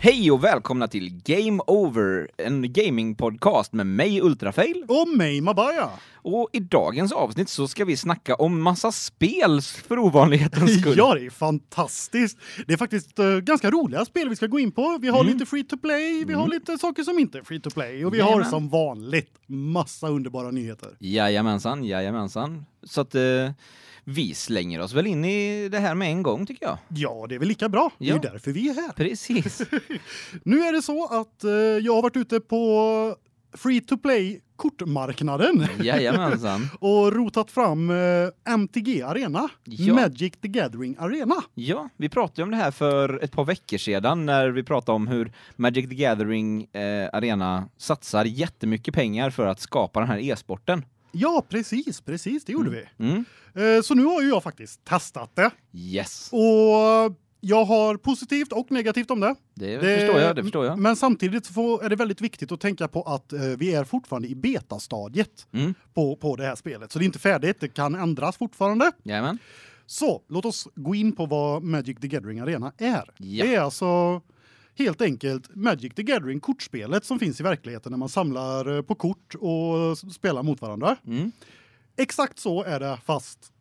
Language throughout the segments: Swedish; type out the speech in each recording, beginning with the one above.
Hej och välkomna till Game Over, en gamingpodcast med mig Ultrafail. Och mig Mabaya! Och i dagens avsnitt så ska vi snacka om massa spel för ovanlighetens skull. Ja, det är fantastiskt! Det är faktiskt eh, ganska roliga spel vi ska gå in på. Vi har Mm. lite free to play, vi har lite saker som inte är free to play och vi har Jajamän. som vanligt massa underbara nyheter. Jajamensan, jajamensan. Så att eh, vi slänger oss väl in i det här med en gång tycker jag. Ja, det är väl lika bra. Det är ju Ja. därför vi är här. Precis. Nu är det så att eh, jag har varit ute på free to play kortmarknaden Mm. Jajamensan. och rotat fram eh, MTG Arena, Ja. Magic the Gathering Arena. Ja, vi pratade ju om det här för ett par veckor sedan när vi pratade om hur Magic the Gathering eh, Arena satsar jättemycket pengar för att skapa den här e-sporten. Ja, precis, precis, det gjorde Mm. vi. Eh, så nu har ju jag faktiskt testat det. Yes. Och jag har positivt och negativt om det. Det, Det- förstår jag, det förstår jag. Men samtidigt så får- är det väldigt viktigt att tänka på att eh, vi är fortfarande i betastadiet Mm. på, på det här spelet. Så det är inte färdigt, det kan ändras fortfarande. Jajamän. Så låt oss gå in på vad Magic the Gathering Arena är. Ja. Det är alltså helt enkelt Magic the Gathering kortspelet som finns i verkligheten när man samlar eh, på kort och s- spelar mot varandra. Mm. Exakt så är det fast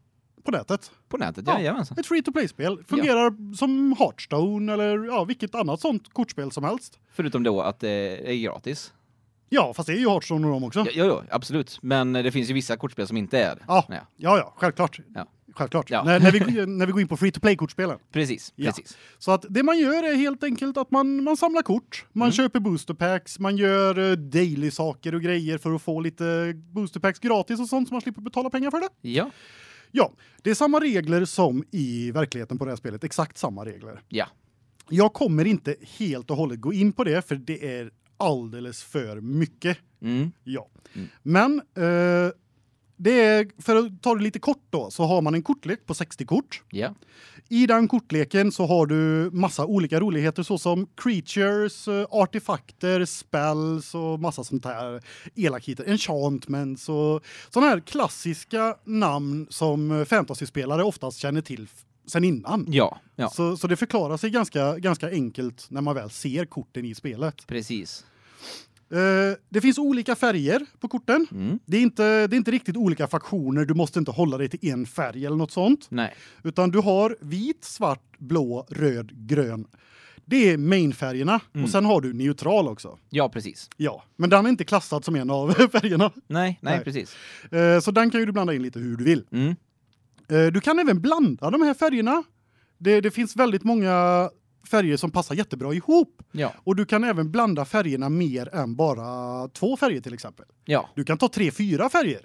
på nätet. På nätet, Ja. ja. jajamensan. Ett free to play-spel. Fungerar som Hearthstone eller ja, vilket annat sånt kortspel som helst. Förutom då att det är gratis. Ja, fast det är ju Hearthstone och de också. Ja, ja, ja, absolut. Men det finns ju vissa kortspel som inte är det. Ja. Ja. Ja, ja, självklart. Ja. Självklart. Ja. När, när, vi, när vi går in på free to play-kortspelen. Precis, Ja. precis. Så att det man gör är helt enkelt att man, man samlar kort, man Mm. köper booster packs, man gör eh, daily saker och grejer för att få lite booster packs gratis och sånt så man slipper betala pengar för det. Ja, Ja, det är samma regler som i verkligheten på det här spelet. Exakt samma regler. ja. Jag kommer inte helt och hållet gå in på det för det är alldeles för mycket. Mm. Ja. Mm. Men eh, det är, för att ta det lite kort då, så har man en kortlek på 60 kort. Ja. I den kortleken så har du massa olika roligheter såsom creatures, eh, artefakter, spells och massa sånt här elakheter. Enchantments och sådana här klassiska namn som eh, fantasyspelare oftast känner till f- sen innan. Ja, ja. Så, så det förklarar sig ganska, ganska enkelt när man väl ser korten i spelet. Precis. Eh, det finns olika färger på korten. Mm. Det är, inte, det är inte riktigt olika faktioner, du måste inte hålla dig till en färg eller något sånt. Nej. Utan du har vit, svart, blå, röd, grön. Det är mainfärgerna. Och sen har du neutral också. Ja, precis. Ja, men den är inte klassad som en av färgerna. Nej, nej, Nej. precis. Eh, så den kan ju du blanda in lite hur du vill. Mm. Eh, Du kan även blanda de här färgerna. Det, det finns väldigt många färger som passar jättebra ihop. Ja, Och du kan även blanda färgerna mer än bara två färger till exempel. ja. Du kan ta tre, fyra färger.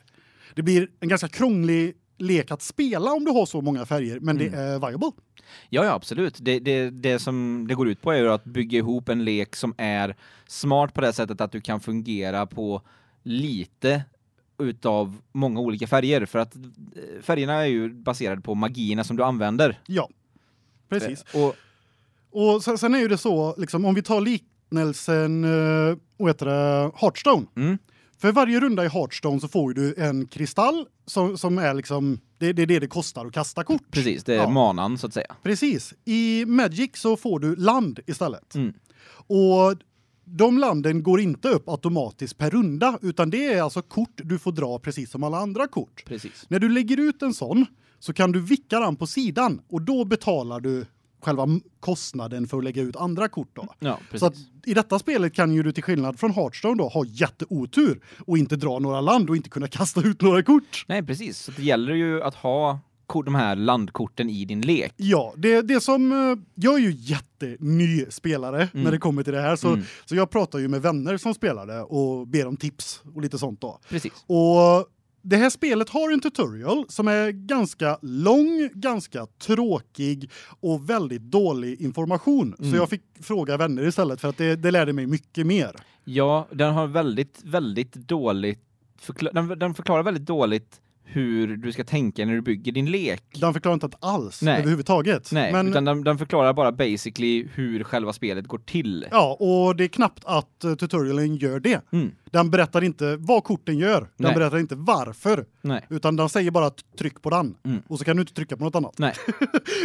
Det blir en ganska krånglig lek att spela om du har så många färger, men Mm. det är viable. Ja, ja absolut. Det, det, det som det går ut på är ju att bygga ihop en lek som är smart på det sättet att du kan fungera på lite utav många olika färger. För att eh, färgerna är ju baserade på magierna som du använder. Ja, precis. Eh, Och, Och sen, sen är ju det så, liksom, om vi tar liknelsen, eh, vad heter det, Hearthstone. Mm. För varje runda i Hearthstone så får ju du en kristall som, som är liksom, det, det är det det kostar att kasta kort. precis, det är Ja. manan så att säga. Precis. I Magic så får du land istället. Mm. Och de landen går inte upp automatiskt per runda, utan det är alltså kort du får dra precis som alla andra kort. Precis. När du lägger ut en sån så kan du vicka den på sidan och då betalar du själva m- kostnaden för att lägga ut andra kort då. Ja, precis. Så att i detta spelet kan ju du till skillnad från Hearthstone då ha jätteotur och inte dra några land och inte kunna kasta ut några kort. Nej, precis. Så det gäller ju att ha ko- de här landkorten i din lek. Ja, det det som eh, jag är ju jätteny spelare när det kommer till det här så Mm. så jag pratar ju med vänner som spelade och ber om tips och lite sånt då. Precis. Och det här spelet har en tutorial som är ganska lång, ganska tråkig och väldigt dålig information. Mm. Så jag fick fråga vänner istället för att det, det lärde mig mycket mer. Ja, den har väldigt, väldigt dåligt... Förkla- den, den förklarar väldigt dåligt hur du ska tänka när du bygger din lek. Den förklarar inte att alls Nej. överhuvudtaget. Nej, Men utan den, den förklarar bara basically hur själva spelet går till. ja, och det är knappt att eh, tutorialen gör det. Mm. Den berättar inte vad korten gör. Den Nej. berättar inte varför. Nej. Utan den säger bara att tryck på den. Mm. Och så kan du inte trycka på något annat. Nej.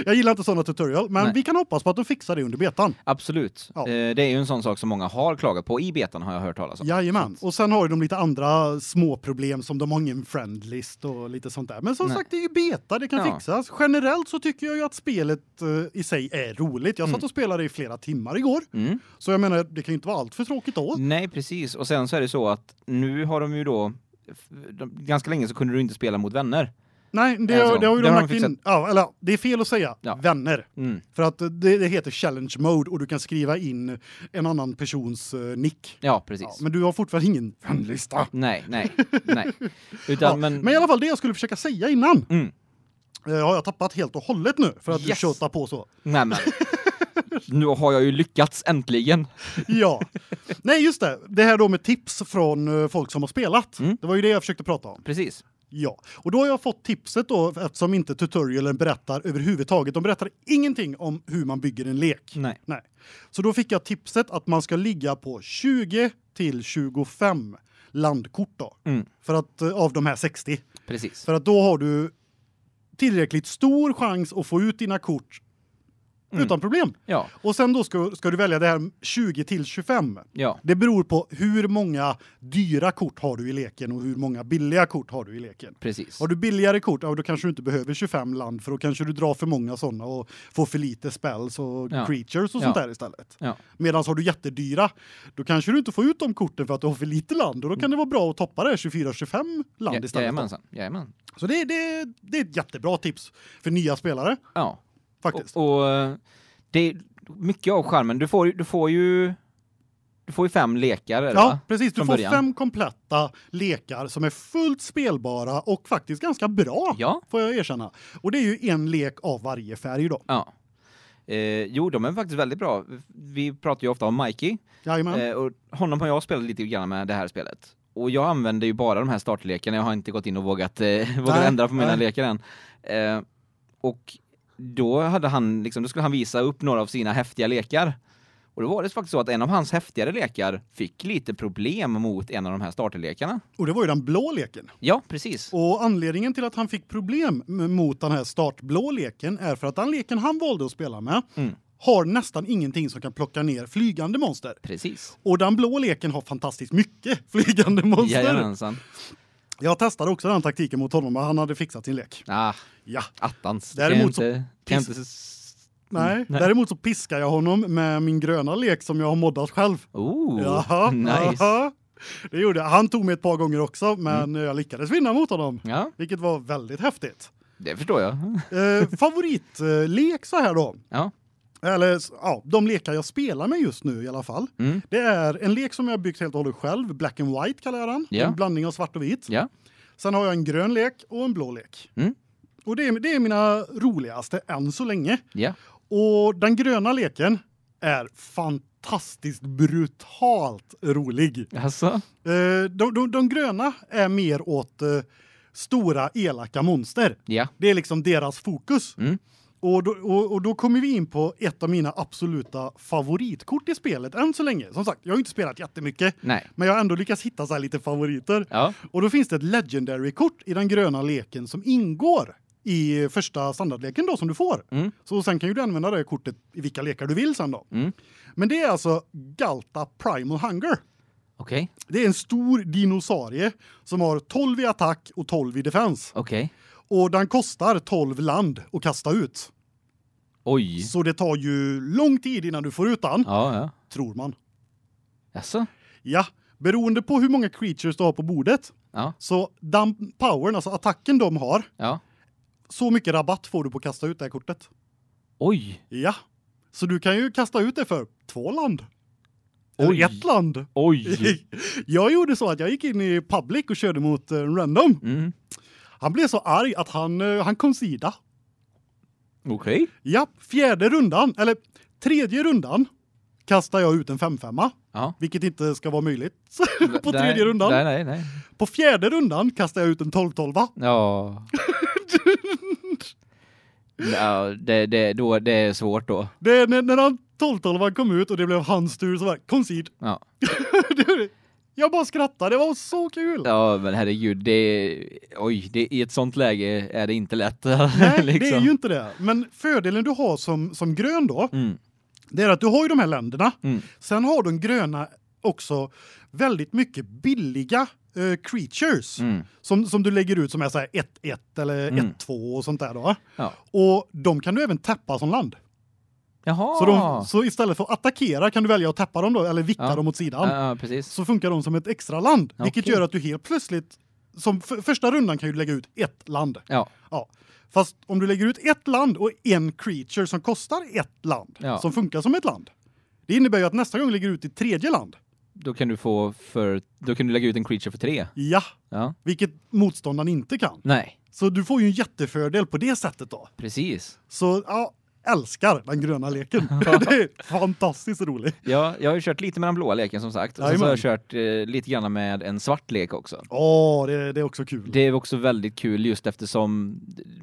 Jag gillar inte sådana tutorial, men Nej. vi kan hoppas på att de fixar det under betan. Absolut. Ja. Eh, det är ju en sån sak som många har klagat på i betan har jag hört talas om. Jajamän. Och sen har ju de lite andra små problem som de har ingen friendlist och lite sånt där. Men som Nej. sagt, det är ju beta, det kan Ja. fixas. Generellt så tycker jag ju att spelet eh, i sig är roligt. Jag satt Mm. och spelade i flera timmar igår, Mm. så jag menar, det kan ju inte vara allt för tråkigt då. Nej, precis. Och sen så är det så att nu har de ju då f- de, ganska länge så kunde du inte spela mot vänner. Nej, det, Än så har- det har ju Alltså, Det de har lagt de in. Ja, eller det är fel att säga Ja. vänner. Mm. För att det, det heter challenge mode och du kan skriva in en annan persons eh, nick. Ja, precis. Ja, men du har fortfarande ingen vänlista. Nej, nej, nej. Utan Ja, men, men... i alla fall det jag skulle försöka säga innan. Mm. eh, har jag tappat helt och hållet nu för att du Yes. tjötar på så. nej men. Nu har jag ju lyckats äntligen. Ja. Nej just det. Det här då med tips från eh, folk som har spelat. Mm. Det var ju det jag försökte prata om. Precis. Ja. Och då har jag fått tipset då eftersom inte tutorialen berättar överhuvudtaget. De berättar ingenting om hur man bygger en lek. Nej. Nej. Så då fick jag tipset att man ska ligga på 20 till 25 landkort då. Mm. För att eh, av de här 60 Precis. För att då har du tillräckligt stor chans att få ut dina kort Mm. utan problem. Ja, Och sen då ska, ska du välja det här 20 till 25. ja, Det beror på hur många dyra kort har du i leken och hur många billiga kort har du i leken. precis. Har du billigare kort, ja, då kanske du inte behöver 25 land för då kanske du drar för många sådana och får för lite spells och Ja. creatures och Ja. sånt där istället. Ja, Medan har du jättedyra, då kanske du inte får ut de korten för att du har för lite land och då kan det vara bra att toppa det 24-25 Mm. land Ja, istället. då. jajamensan, jajamän. Så det, det, det är ett jättebra tips för nya spelare Ja, faktiskt. och, och eh, det är mycket av charmen. Du får, ju- du får ju du får ju fem lekar, eller ja, va? precis. Du Från får början. fem kompletta lekar som är fullt spelbara och faktiskt ganska bra, Ja. får jag erkänna. Och det är ju en lek av varje färg då. Ja. Eh, jo, de är faktiskt väldigt bra. Vi pratar ju ofta om Mikey. Jajamän. Eh, och honom har jag spelat lite grann med det här spelet. Och jag använder ju bara de här startlekarna. Jag har inte gått in och vågat, eh, vågat Nej, ändra på mina nej. lekar än. Eh, och då, hade han, liksom, då skulle han visa upp några av sina häftiga lekar. Och då var det faktiskt så att en av hans häftigare lekar fick lite problem mot en av de här starterlekarna. Och det var ju den blå leken. Ja, precis. Och anledningen till att han fick problem m- mot den här startblå leken är för att den leken han valde att spela med Mm. har nästan ingenting som kan plocka ner flygande monster. Precis. Och den blå leken har fantastiskt mycket flygande monster. Jajamensan. Jag testade också den taktiken mot honom och han hade fixat sin lek. Ah, Ja. attans. Det Däremot kan jag inte... Kan jag inte... s- Nej. Mm, däremot så piskar jag honom med min gröna lek som jag har moddat själv. Oh, Jaha, nice. jaha. Det gjorde jag. Han tog mig ett par gånger också, men Mm. jag lyckades vinna mot honom. Ja, Vilket var väldigt häftigt. det förstår jag. Eh, favoritlek så här då. Ja. Eller ja, de lekar jag spelar med just nu i alla fall. Mm. Det är en lek som jag har byggt helt och hållet själv. Black and white kallar jag den. Ja. En blandning av svart och vitt. Ja. Sen har jag en grön lek och en blå lek. Mm. Och det är, det är mina roligaste än så länge. Ja. Och den gröna leken är fantastiskt brutalt rolig. Alltså. Eh, de, de, de gröna är mer åt eh, stora elaka monster. Ja. Det är liksom deras fokus. Mm. Och, då, och, och då kommer vi in på ett av mina absoluta favoritkort i spelet än så länge. Som sagt, jag har ju inte spelat jättemycket, Nej. men jag har ändå lyckats hitta så här lite favoriter. Ja. Och då finns det ett legendary-kort i den gröna leken som ingår i första standardleken då som du får. Mm. Så sen kan ju du använda det kortet i vilka lekar du vill sen då. Mm. Men det är alltså Galta Primal Hunger. Okej. Det är en stor dinosaurie som har 12 i attack och 12 i defens. Okej. Och den kostar 12 land att kasta ut. Oj. Så det tar ju lång tid innan du får ut den, Ja, ja. tror man. Alltså. Ja, beroende på hur många creatures du har på bordet. Ja. Så den powern, alltså attacken de har, Ja. så mycket rabatt får du på att kasta ut det här kortet. Oj. Ja. Så du kan ju kasta ut det för två land. Oj. Eller ett land. Oj. Jag gjorde så att jag gick in i public och körde mot eh, random. Mm. Han blev så arg att han, eh, han kom sida. Okej. Ja, fjärde rundan, eller tredje rundan, kastar jag ut en 5-5, Ja. vilket inte ska vara möjligt på Nej, tredje rundan. Nej, nej, nej. På fjärde rundan kastar jag ut en 12-12. Ja. Ja, det, det, då, det är svårt då. Det är när, när han 12-12 kom ut och det blev hans tur så var det, kom sid. Ja. Jag bara skrattade, det var så kul! Ja, men herregud, det oj, det i ett sånt läge är det inte lätt Nej, det är liksom. ju inte det. Men fördelen du har som, som grön då, Mm. det är att du har ju de här länderna. Mm. Sen har de gröna också väldigt mycket billiga eh, creatures Mm. som, som du lägger ut som är så här 1-1 eller 1-2 Mm. och sånt där då. Ja. Och de kan du även täppa som land. Jaha. Så, de, så istället för att attackera kan du välja att täppa dem då, eller vikta Ah. Ja. dem åt sidan. ja, ja, precis. Så funkar de som ett extra land, vilket Okej. gör att du helt plötsligt, som f- första rundan kan du lägga ut ett land. Ja. Ja. Fast om du lägger ut ett land och en creature som kostar ett land, Ja. som funkar som ett land. Det innebär ju att nästa gång lägger du ut ditt tredje land. Då kan du få för då kan du lägga ut en creature för tre. Ja, Ja. vilket motståndaren inte kan. Nej, Så du får ju en jättefördel på det sättet då. precis. Så ja, älskar den gröna leken. det är fantastiskt roligt. Ja, jag har ju kört lite med den blåa leken som sagt. Och sen så har jag kört eh, lite grann med en svart lek också. Åh, det, det är också kul. Det är också väldigt kul just eftersom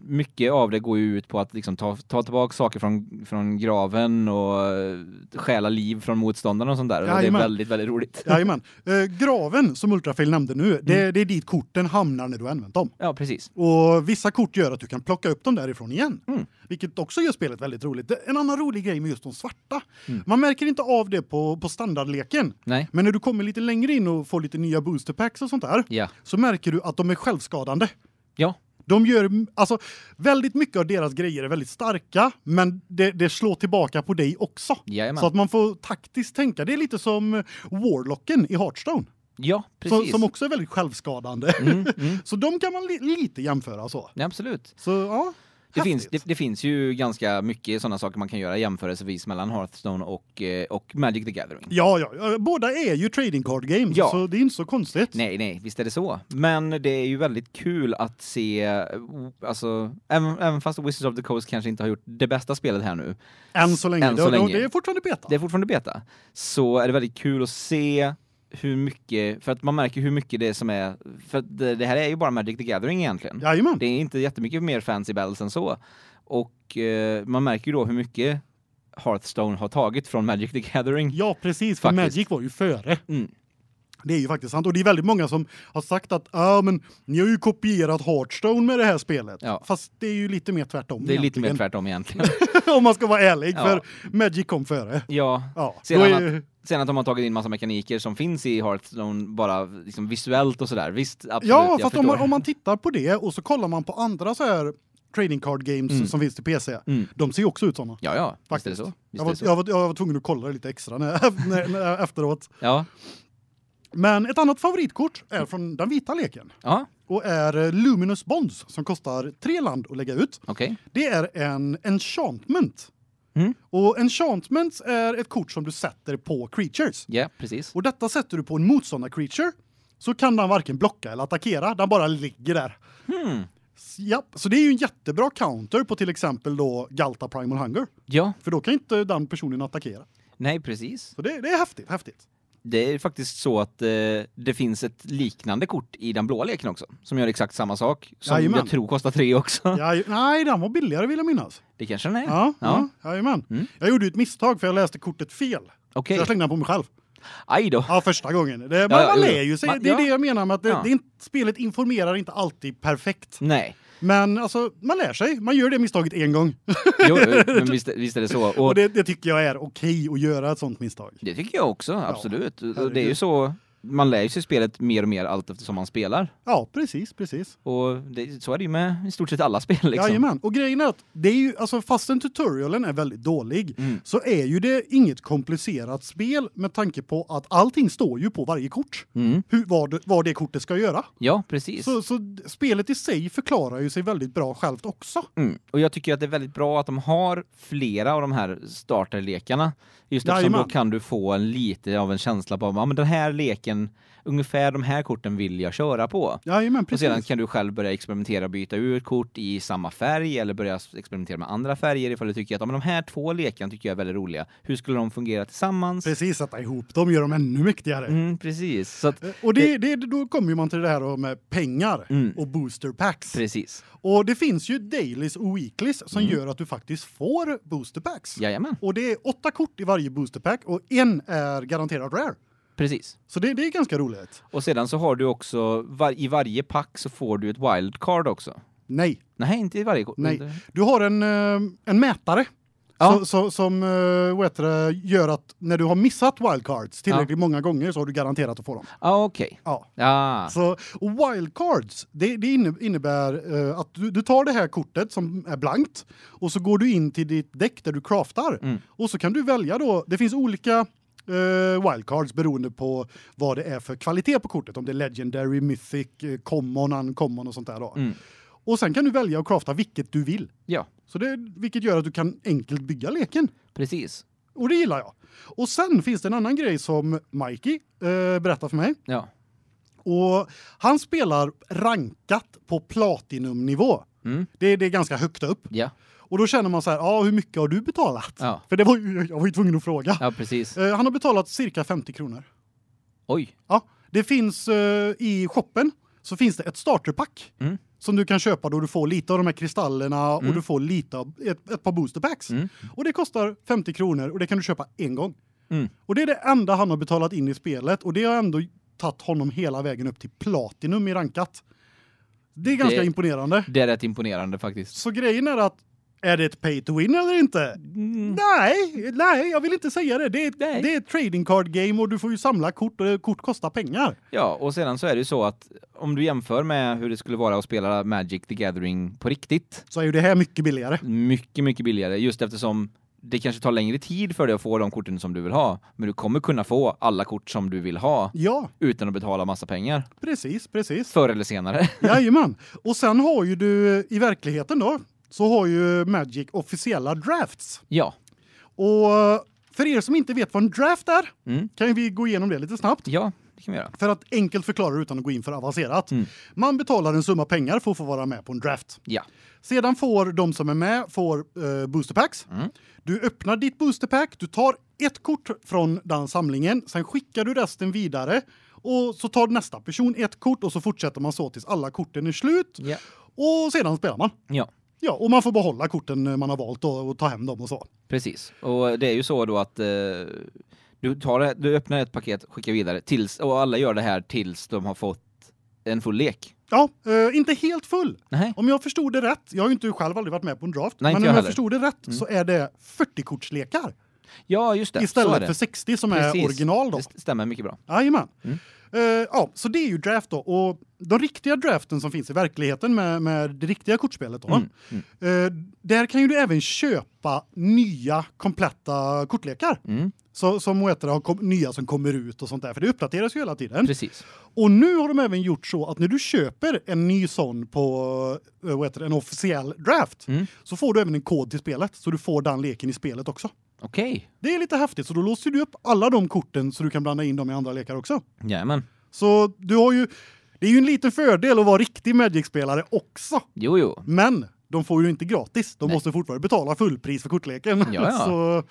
mycket av det går ju ut på att liksom ta, ta tillbaka saker från, från graven och eh, stjäla liv från motståndarna och sånt där. Och det är Jajamän. väldigt, väldigt roligt. Jajamän. Eh, graven som Ultrafail nämnde nu, Mm. det, det är dit korten hamnar när du har använt dem. Ja, precis. Och vissa kort gör att du kan plocka upp dem därifrån igen. Mm. Vilket också gör spelet väldigt roligt. Det- En annan rolig grej med just de svarta. Mm. Man märker inte av det på, på standardleken. Nej. Men när du kommer lite längre in och får lite nya boosterpacks och sånt där. Ja. Så märker du att de är självskadande. Ja. De gör, alltså väldigt mycket av deras grejer är väldigt starka. Men det, det slår tillbaka på dig också. Jajamän. Så att man får taktiskt tänka. Det är lite som Warlocken i Hearthstone. ja, Som, precis. som också är väldigt självskadande. mm, mm. Så de kan man li lite jämföra så. Ja, absolut. Så ja. Det finns, häftigt. det, det finns ju ganska mycket sådana saker man kan göra jämförelsevis mellan Hearthstone och, eh, och Magic the Gathering. Ja, ja, ja, båda är ju trading card games Ja. så det är inte så konstigt. Nej, nej, visst är det så. Men det är ju väldigt kul att se, eh, alltså, även, även fast Wizards of the Coast kanske inte har gjort det bästa spelet här nu, Än så länge. Än så Det- det- länge. Det är fortfarande beta. det är fortfarande beta, så är det väldigt kul att se hur mycket, för att man märker hur mycket det är som är, för att det, det här är ju bara Magic the Gathering egentligen. Jajamän. Det är inte jättemycket mer fancy battles än så. Och eh, man märker ju då hur mycket Hearthstone har tagit från Magic the Gathering. Ja, precis. För Faktiskt. Magic var ju före. Mm. Det är ju faktiskt sant. Och det är väldigt många som har sagt att ja, men ni har ju kopierat Hearthstone med det här spelet. Ja. Fast det är ju lite mer tvärtom. Det är lite mer egentligen. tvärtom egentligen. Om man ska vara ärlig. Ja. För Magic kom före. ja, Ja. Sedan då är- Sen att de har tagit in massa mekaniker som finns i Hearthstone bara liksom visuellt och sådär. Visst, absolut. Ja, jag fast om man, förstår. om man tittar på det och så kollar man på andra så här trading card games Mm. som finns till PC. Mm. De ser ju också ut såna. Ja, ja. Visst är det Faktiskt. så. Visst Jag är var, det så. jag, var, jag var tvungen att kolla det lite extra när, när, när, efteråt. Ja. Men ett annat favoritkort är från den vita leken Ja, och är eh, Luminous Bonds som kostar tre land att lägga ut. okej. Det är en enchantment. Mm. Och enchantments är ett kort som du sätter på creatures. Ja, precis. Och detta sätter du på en motståndar creature så kan den varken blocka eller attackera. Den bara ligger där. Hmm. S- Japp, så det är ju en jättebra counter på till exempel då Galta Primal Hunger. Ja, För då kan inte den personen attackera. nej precis. Så det, det är häftigt, häftigt. Det är faktiskt så att eh, det finns ett liknande kort i den blåa leken också. Som gör exakt samma sak. Som Jajamän. jag tror kostar tre också. Ja, ju- nej, den var billigare vill jag minnas. Det kanske den är. Ja, ja. Ja. jajamän. Mm. Jag gjorde ju ett misstag för jag läste kortet fel. Så Okej. jag slängde den på mig själv. Aj då. Ja, första gången. Det, man, ja, man jo. lär ju sig. Man- Det är ja. det jag menar med att det, Ja. det är inte, spelet informerar inte alltid perfekt. Nej. Men alltså, man lär sig. Man gör det misstaget en gång. Jo, jo, men visst, visst är det så. Och Och det, det tycker jag är okej att göra ett sånt misstag. det tycker jag också, absolut. Och det är ju herregud. så, man lär ju sig spelet mer och mer allt eftersom man spelar. Ja, precis, precis. Och det, så är det ju med i stort sett alla spel liksom. Jajamän. Och grejen är att det är ju, alltså, fastän tutorialen är väldigt dålig Mm. så är ju det inget komplicerat spel med tanke på att allting står ju på varje kort. Mm. Hur, vad, vad det kortet ska göra. Ja, precis. Så, så d- spelet i sig förklarar ju sig väldigt bra självt också. Mm. Och jag tycker att det är väldigt bra att de har flera av de här starterlekarna. Just eftersom Jajamän. då kan du få en lite av en känsla på, ja men den här leken, ungefär de här korten vill jag köra på. Jajamän, precis. Och sedan kan du själv börja experimentera och byta ut kort i samma färg eller börja experimentera med andra färger ifall du tycker att ja, men de här två lekarna tycker jag är väldigt roliga. Hur skulle de fungera tillsammans? Precis, sätta ihop dem gör dem ännu mäktigare. Mm, precis. Så att, Eh, Och det, det, då kommer ju man till det här då med pengar Mm. och booster packs. precis. Och det finns ju dailies och weeklies som Mm. gör att du faktiskt får booster packs. Jajamän. Och det är åtta kort i varje booster pack och en är garanterad rare. Precis. Så det, det är ganska roligt. Och sedan så har du också, var, i varje pack så får du ett wildcard också. Nej, Nej, inte i varje kort. Nej. du har en, eh, en mätare. Ja. Så, så, som eh, vad heter det, gör att när du har missat wildcards tillräckligt många gånger så har du garanterat att få dem. Ah, okej. Ja. Ah. Så, och wildcards, det, det inne- innebär eh, att du, du tar det här kortet som är blankt och så går du in till ditt däck där du craftar. Mm. Och så kan du välja då, det finns olika eh, wildcards beroende på vad det är för kvalitet på kortet. Om det är legendary, mythic, eh, common, uncommon och sånt där då. Mm. Och sen kan du välja att crafta vilket du vill. Ja, Så det, vilket gör att du kan enkelt bygga leken. precis. Och det gillar jag. Och sen finns det en annan grej som Mikey eh, berättar för mig. Ja. Och han spelar rankat på platinumnivå. Mm. Det, det är ganska högt upp. Ja. Och då känner man så här, ja, hur mycket har du betalat? Ja. För det var ju, jag var ju tvungen att fråga. ja, precis. Eh, han har betalat cirka 50 kronor. Oj. Ja, det finns eh, i shoppen så finns det ett starterpack Mm. som du kan köpa då du får lite av de här kristallerna och Mm. du får lite av ett, ett par boosterpacks. Mm. Och det kostar 50 kronor och det kan du köpa en gång. Mm. Och det är det enda han har betalat in i spelet och det har ändå tagit honom hela vägen upp till platinum i rankat. Det är ganska Det- imponerande. Det är rätt imponerande faktiskt. Så grejen är att är det ett pay to win eller inte? Mm. Nej, nej, jag vill inte säga det. Det är, ett- Nej. det är ett trading card game och du får ju samla kort och kort kostar pengar. Ja, och sedan så är det ju så att om du jämför med hur det skulle vara att spela Magic the Gathering på riktigt, Så är ju det här mycket billigare. mycket, mycket billigare, just eftersom det kanske tar längre tid för dig att få de korten som du vill ha, men du kommer kunna få alla kort som du vill ha Ja, utan att betala massa pengar, precis, precis. förr eller senare. Jajamän. Och sen har ju du i verkligheten då så har ju Magic officiella drafts. ja. Och för er som inte vet vad en draft är Mm. kan ju vi gå igenom det lite snabbt. Ja, det kan vi göra. För att enkelt förklara utan att gå in för avancerat. Mm. Man betalar en summa pengar för att få vara med på en draft. Ja. Sedan får de som är med får eh, boosterpacks. Mm. Du öppnar ditt boosterpack, du tar ett kort från den samlingen, sen skickar du resten vidare och så tar nästa person ett kort och så fortsätter man så tills alla korten är slut Ja. och sedan spelar man. ja. Ja, och man får behålla korten eh, man har valt och, och ta hem dem och så. Precis. Och det är ju så då att eh, du, tar det, du öppnar ett paket, skickar vidare tills, och alla gör det här tills de har fått en full lek. Ja, eh, inte helt full. Nej. Om jag förstod det rätt, jag har ju inte själv aldrig varit med på en draft, Nej, inte men om jag jag heller. Mm. förstod det rätt så är det 40-kortslekar Ja, just det. så är istället det. för 60 som är Precis. original då. Det st- stämmer mycket bra. Jajamän. Mm. Eh, ja, så det är ju draft då. Och de riktiga draften som finns i verkligheten med, med det riktiga kortspelet då. Mm, mm. Eh, där kan ju du även köpa nya kompletta kortlekar. Mm. Så, som vad heter det, har kom, nya som kommer ut och sånt där. För det uppdateras ju hela tiden. Precis. Och nu har de även gjort så att när du köper en ny sån på eh, vad heter det, en officiell draft Mm. så får du även en kod till spelet. Så du får den leken i spelet också. Okej. Det är lite häftigt. Så då låser du upp alla de korten så du kan blanda in dem i andra lekar också. Jajamän. Så du har ju det är ju en liten fördel att vara riktig Magic-spelare också. Jo, jo. Men de får ju inte gratis. De Nej. måste fortfarande betala fullpris för kortleken. Ja, ja. Så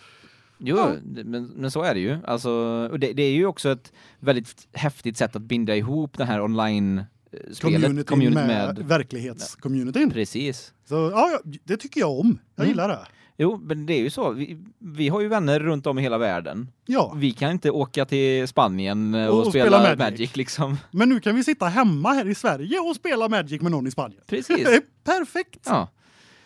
jo Ja. det- men, men så är det ju. Alltså, och det, det är ju också ett väldigt häftigt sätt att binda ihop den här eh, online-spelet. community, med, verklighetscommunityn. Precis. Så ja, ja, det tycker jag om. Jag Mm. gillar det. Jo, men det är ju så. Vi, vi har ju vänner runt om i hela världen. Ja, Vi kan inte åka till Spanien eh, och, Och- och spela, spela Magic. Magic liksom. men nu kan vi sitta hemma här i Sverige och spela Magic med någon i Spanien. Precis. Det är perfekt. Ja.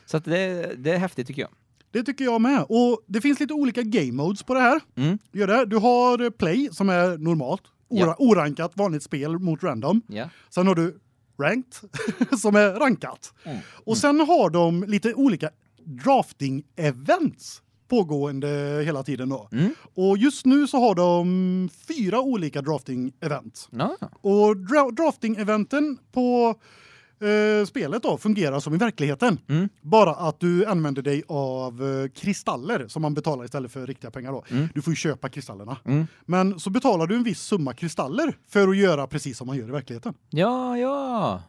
Så att det, det är häftigt tycker jag. Det tycker jag med. Och det finns lite olika game modes på det här. Mm. Gör det. Du har eh, play som är normalt, ora- Ja. orankat vanligt spel mot random. Ja. Sen har du ranked som är rankat. Mm. Och sen har de lite olika drafting events pågående hela tiden då. Mm. Och just nu så har de fyra olika drafting event. Ja. Och dra drafting eventen på eh, spelet då fungerar som i verkligheten. Mm. Bara att du använder dig av eh, kristaller som man betalar istället för riktiga pengar då. Mm. Du får ju köpa kristallerna. Mm. Men så betalar du en viss summa kristaller för att göra precis som man gör i verkligheten. ja, ja.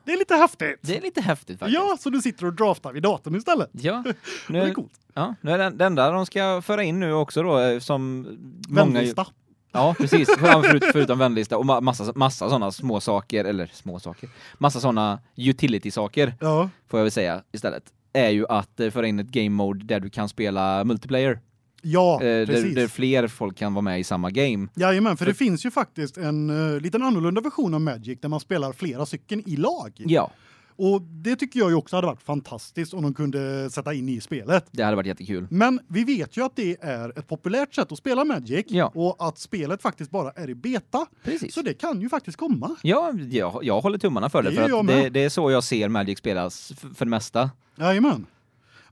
Det är lite häftigt. Det är lite häftigt faktiskt. Ja, så du sitter och draftar vid datorn istället. Ja, Det är nu, coolt. ja, nu är det, det enda de ska föra in nu också då eh, som många ju, Vänlista. Ja, precis. För- Förut, förutom vänlista och ma- massa, massa sådana små saker, eller små saker, massa sådana utility-saker Ja. får jag väl säga istället, är ju att eh, föra in ett game mode där du kan spela multiplayer. Ja, eh, där, precis. där fler folk kan vara med i samma game. Jajamän, för det finns ju faktiskt en uh, liten annorlunda version av Magic där man spelar flera stycken i lag. Ja, Och det tycker jag ju också hade varit fantastiskt om de kunde sätta in i spelet. det hade varit jättekul. Men vi vet ju att det är ett populärt sätt att spela Magic Ja. och att spelet faktiskt bara är i beta. Precis. Så det kan ju faktiskt komma. Ja, jag, jag håller tummarna för det, Det gör för jag att med. det, det är så jag ser Magic spelas f- för det mesta. Jajamän.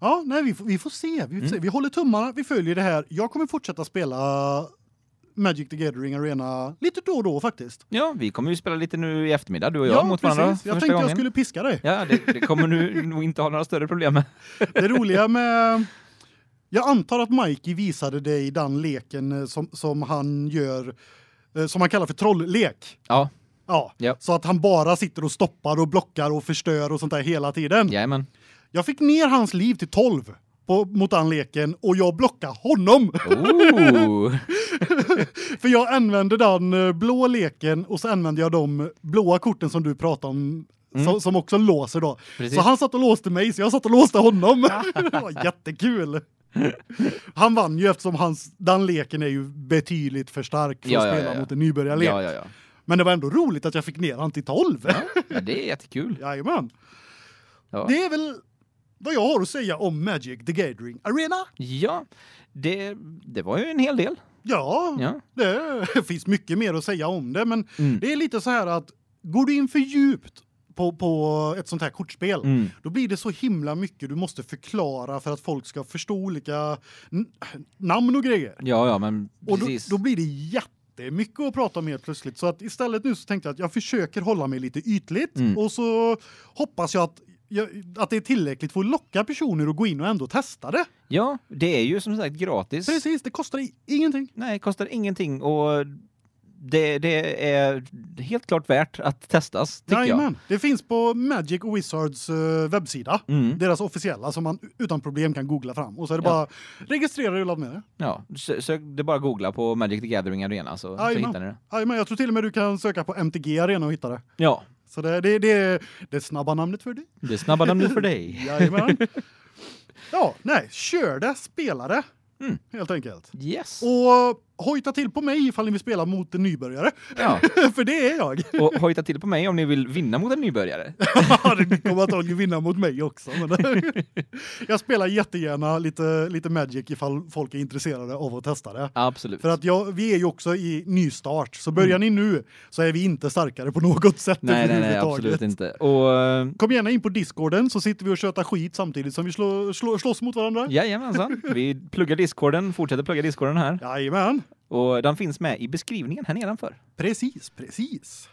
Ja, nej vi får, vi får se. Mm. Vi får se. Vi håller tummarna, vi följer det här. Jag kommer fortsätta spela eh, Magic the Gathering Arena lite då och då faktiskt. Ja, vi kommer ju spela lite nu i eftermiddag, du och jag, mot varandra för Jag första tänkte gången. jag skulle piska dig. Ja, det, det kommer du nog inte ha några större problem med. Det roliga med jag antar att Mikey visade dig den leken eh, som som han gör eh, som han kallar för trolllek. Ja, Ja, Ja. så att han bara sitter och stoppar och blockar och förstör och sånt där hela tiden. jajamän. Jag fick ner hans liv till 12 på mot den leken och jag blockade honom. Oh. För jag använde den eh, blå leken och så använde jag de blåa korten som du pratade om. Som, som också låser då. Mm. Precis. Så han satt och låste mig så jag satt och låste honom. det var jättekul. Han vann ju eftersom hans, den leken är ju betydligt för stark för Ja, att ja, spela ja, ja. mot en nybörjarlek. Ja, ja, ja. Men det var ändå roligt att jag fick ner han till 12. ja. Det är jättekul. Jajamän. Ja. Det är väl vad jag har att säga om Magic the Gathering Arena. Ja, det, det var ju en hel del. Ja, Ja. det finns mycket mer att säga om det, men Mm. det är lite så här att går du in för djupt på, på ett sånt här kortspel, Mm. då blir det så himla mycket du måste förklara för att folk ska förstå olika n- namn och grejer. Ja, ja, men Och då, precis. då blir det jättemycket att prata om helt plötsligt. Så att istället nu så tänkte jag att jag försöker hålla mig lite ytligt Mm. och så hoppas jag att, jag att det är tillräckligt för att locka personer att gå in och ändå testa det. Ja, det är ju som sagt gratis. Precis, det kostar i- ingenting. Nej, kostar ingenting och det, det är helt klart värt att testas, tycker jag. Jajamän. Det finns på Magic och Wizards eh, webbsida. Mm. Deras officiella som man utan problem kan googla fram. Och så är det Ja. bara registrera dig och ladda med det. Ja, sö- sök, det är bara att googla på Magic the Gathering Arena så, så Jajamän. hittar ni det. Jajamän, jag tror till och med du kan söka på MTG Arena och hitta det. Ja, Så det, det, det, det är snabba namnet för det. det snabba namnet för dig. Jajamän. ja, nej, kör det, spela det. Mm. Helt enkelt. Yes. Och hojta till på mig ifall ni vill spela mot en nybörjare. Ja, för det är jag. och hojta till på mig om ni vill vinna mot en nybörjare. det kommer antagligen vinna mot mig också. Men jag spelar jättegärna lite, lite Magic ifall folk är intresserade av att testa det. Absolut. För att jag, vi är ju också i nystart, så börjar ni nu så är vi inte starkare på något sätt Mm. nej, nej, nej, överhuvudtaget. absolut inte. Och eh, Kom gärna in på discorden så sitter vi och tjötar skit samtidigt som vi slår, slår, slåss mot varandra. jajamensan, vi pluggar discorden, fortsätter plugga discorden här. Jajamän, Och den finns med i beskrivningen här nedanför. precis, precis.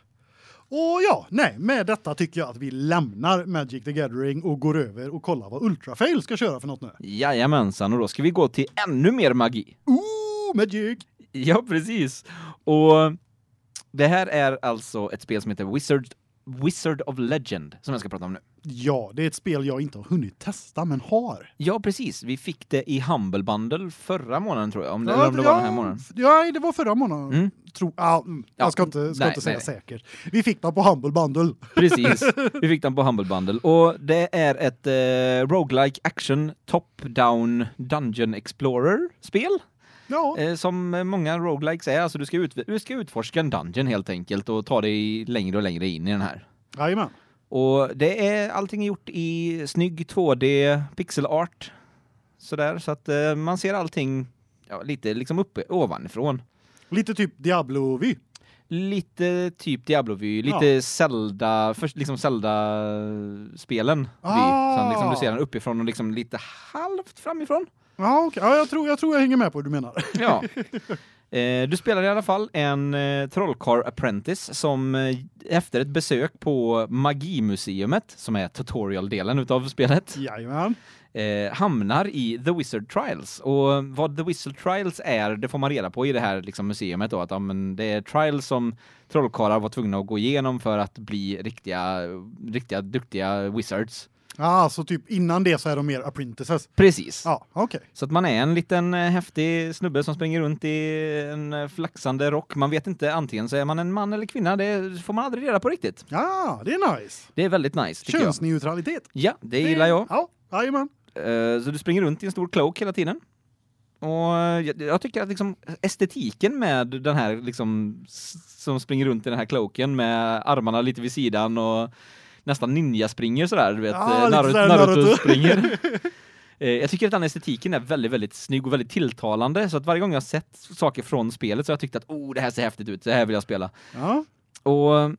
Och ja, nej, med detta tycker jag att vi lämnar Magic the Gathering och går över och kollar vad Ultrafail ska köra för något nu. Jajamensan, och då ska vi gå till ännu mer magi. Ooh, Magic! Ja, precis. Och det här är alltså ett spel som heter Wizard, Wizard of Legend som jag ska prata om nu. Ja, det är ett spel jag inte har hunnit testa, men har. Ja, precis. Vi fick det i Humble Bundle förra månaden tror jag, om det, eller om det var den här månaden. Ja, det var förra månaden. Mm. Tro, ah, mm, Ja, jag ska inte, ska nej, inte säga nej. säkert. Vi fick den på Humble Bundle. Precis. Vi fick den på Humble Bundle och det är ett eh, roguelike action top-down dungeon explorer spel Ja, eh, som många roguelikes är. Alltså du ska, ut, du ska utforska en dungeon helt enkelt och ta dig längre och längre in i den här. jajamän. Och det är allting är gjort i snygg 2D pixelart. Sådär, så att eh, man ser allting ja, lite liksom uppe ovanifrån. Lite typ Diablo-vy. Lite typ Diablo-vy, lite Zelda, först liksom Zelda-spelen. Ah. Ah. Sen liksom du ser den uppifrån och liksom lite halvt framifrån. Ja, okej. Ja, jag tror jag tror jag hänger med på vad du menar. Ja. Eh, du spelar i alla fall en eh, trollkarl apprentice som eh, efter ett besök på Magimuseet, som är tutorial-delen utav spelet, Jajamän. eh, hamnar i The Wizard Trials. Och vad The Wizard Trials är, det får man reda på i det här liksom, museet då, att ja, men det är trials som trollkarlar var tvungna att gå igenom för att bli riktiga, riktiga duktiga wizards. Ja, så typ innan det så är de mer apprentices. Precis. Ja, okej. Så att man är en liten eh, häftig snubbe som springer runt i en eh, flaxande rock. Man vet inte, antingen så är man en man eller kvinna, det får man aldrig reda på riktigt. Ja, det är nice. Det är väldigt nice, tycker jag. Könsneutralitet. Ja, det gillar jag. Ja, jajamän. Eh, Så du springer runt i en stor cloak hela tiden. Och jag, jag tycker att liksom estetiken med den här liksom s- som springer runt i den här cloaken med armarna lite vid sidan och nästan ninja springer så där, du vet, Ja, Ah, lite Naruto, sådär Naruto, Naruto. springer. Eh, Jag tycker att den estetiken är väldigt, väldigt snygg och väldigt tilltalande. Så att varje gång jag har sett saker från spelet så har jag tyckt att oh, det här ser häftigt ut, det här vill jag spela. Ja. Och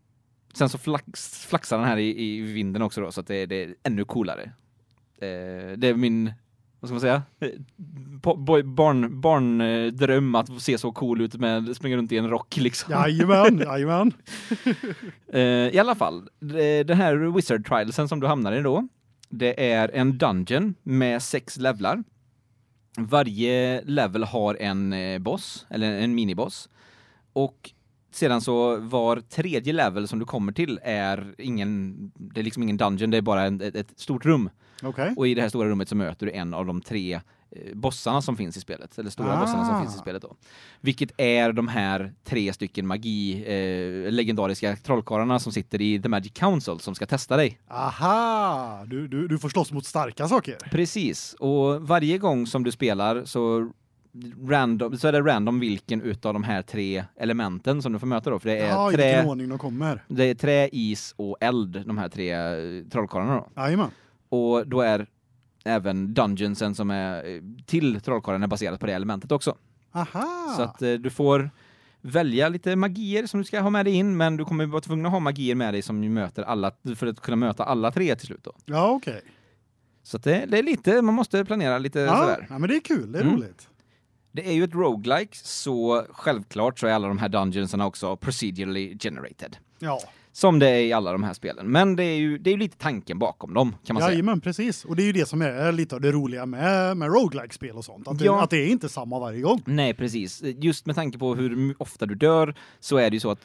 sen så flax, flaxar den här i, i vinden också då, så att det, det är ännu coolare. Eh, det är min, vad ska man säga, Eh, po- boy, barn, barndröm att se så cool ut med, springa runt i en rock liksom. Jajamän, jajamän. Eh, I alla fall, det- den här Wizard Trialsen som du hamnar i då, det är en dungeon med sex levlar. Varje level har en eh, boss, eller en miniboss. Och sedan så var tredje level som du kommer till är ingen, det är liksom ingen dungeon, det är bara en, ett, ett stort rum. Okej. Och i det här stora rummet så möter du en av de tre eh, bossarna som finns i spelet, eller stora Ah. bossarna som finns i spelet då. Vilket är de här tre stycken magi, eh, legendariska trollkarlarna som sitter i The Magic Council som ska testa dig. Aha, du, du, du får slåss mot starka saker. Precis, och varje gång som du spelar så Random, så är det random vilken utav de här tre elementen som du får möta då, för det är, Ja, i vilken Eh, trä, ordning de kommer. det är trä, is och eld, de här tre eh, trollkarlarna då. Jajamän. Och då är även dungeonsen som är eh, till trollkarlen är baserat på det elementet också. Aha. Så att eh, du får välja lite magier som du ska ha med dig in, men du kommer vara tvungen att ha magier med dig som ju möter alla, för att kunna möta alla tre till slut då. Ja, okej. Så att det, det är lite, man måste planera lite Ja, Eh, sådär. ja, men det är kul, det är Mm. roligt. Det är ju ett roguelike, så självklart så är alla de här dungeonsarna också procedurally generated. Ja, Som det är i alla de här spelen. Men det är ju, det är ju lite tanken bakom dem, kan man säga. jajamän, precis. Och det är ju det som är lite av det roliga med, med roguelike spel och sånt. Att, det, Ja. att det är inte samma varje gång. Nej, precis. Just med tanke på hur m- ofta du dör så är det ju så att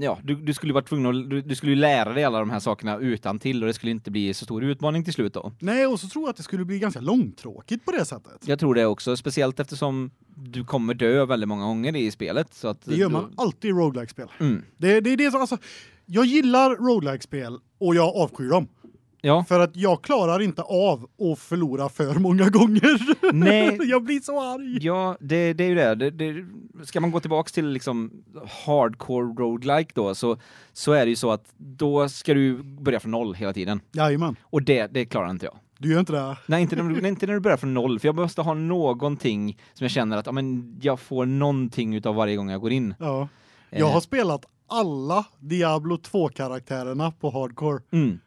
ja, du, du skulle vara tvungen att du, du skulle ju lära dig alla de här sakerna utan till och det skulle inte bli så stor utmaning till slut då. Nej, och så tror jag att det skulle bli ganska långtråkigt på det sättet. Jag tror det också, speciellt eftersom du kommer dö väldigt många gånger i spelet så att Det gör då- man alltid i roguelike spel. Mm. Det, det är det som, alltså, jag gillar roguelike spel och jag avskyr dem. Ja, För att jag klarar inte av att förlora för många gånger. nej. jag blir så arg. Ja, det, det är ju det. det, det ska man gå tillbaks till liksom hardcore roguelike då så så är det ju så att då ska du börja från noll hela tiden Jajamän, och det det klarar inte jag. du gör inte det. Nej, inte när, du- inte när du börjar från noll, för jag måste ha någonting som jag känner att ja, men jag får någonting utav varje gång jag går in. Ja. Eh. Jag har spelat alla Diablo 2-karaktärerna på hardcore. Mm.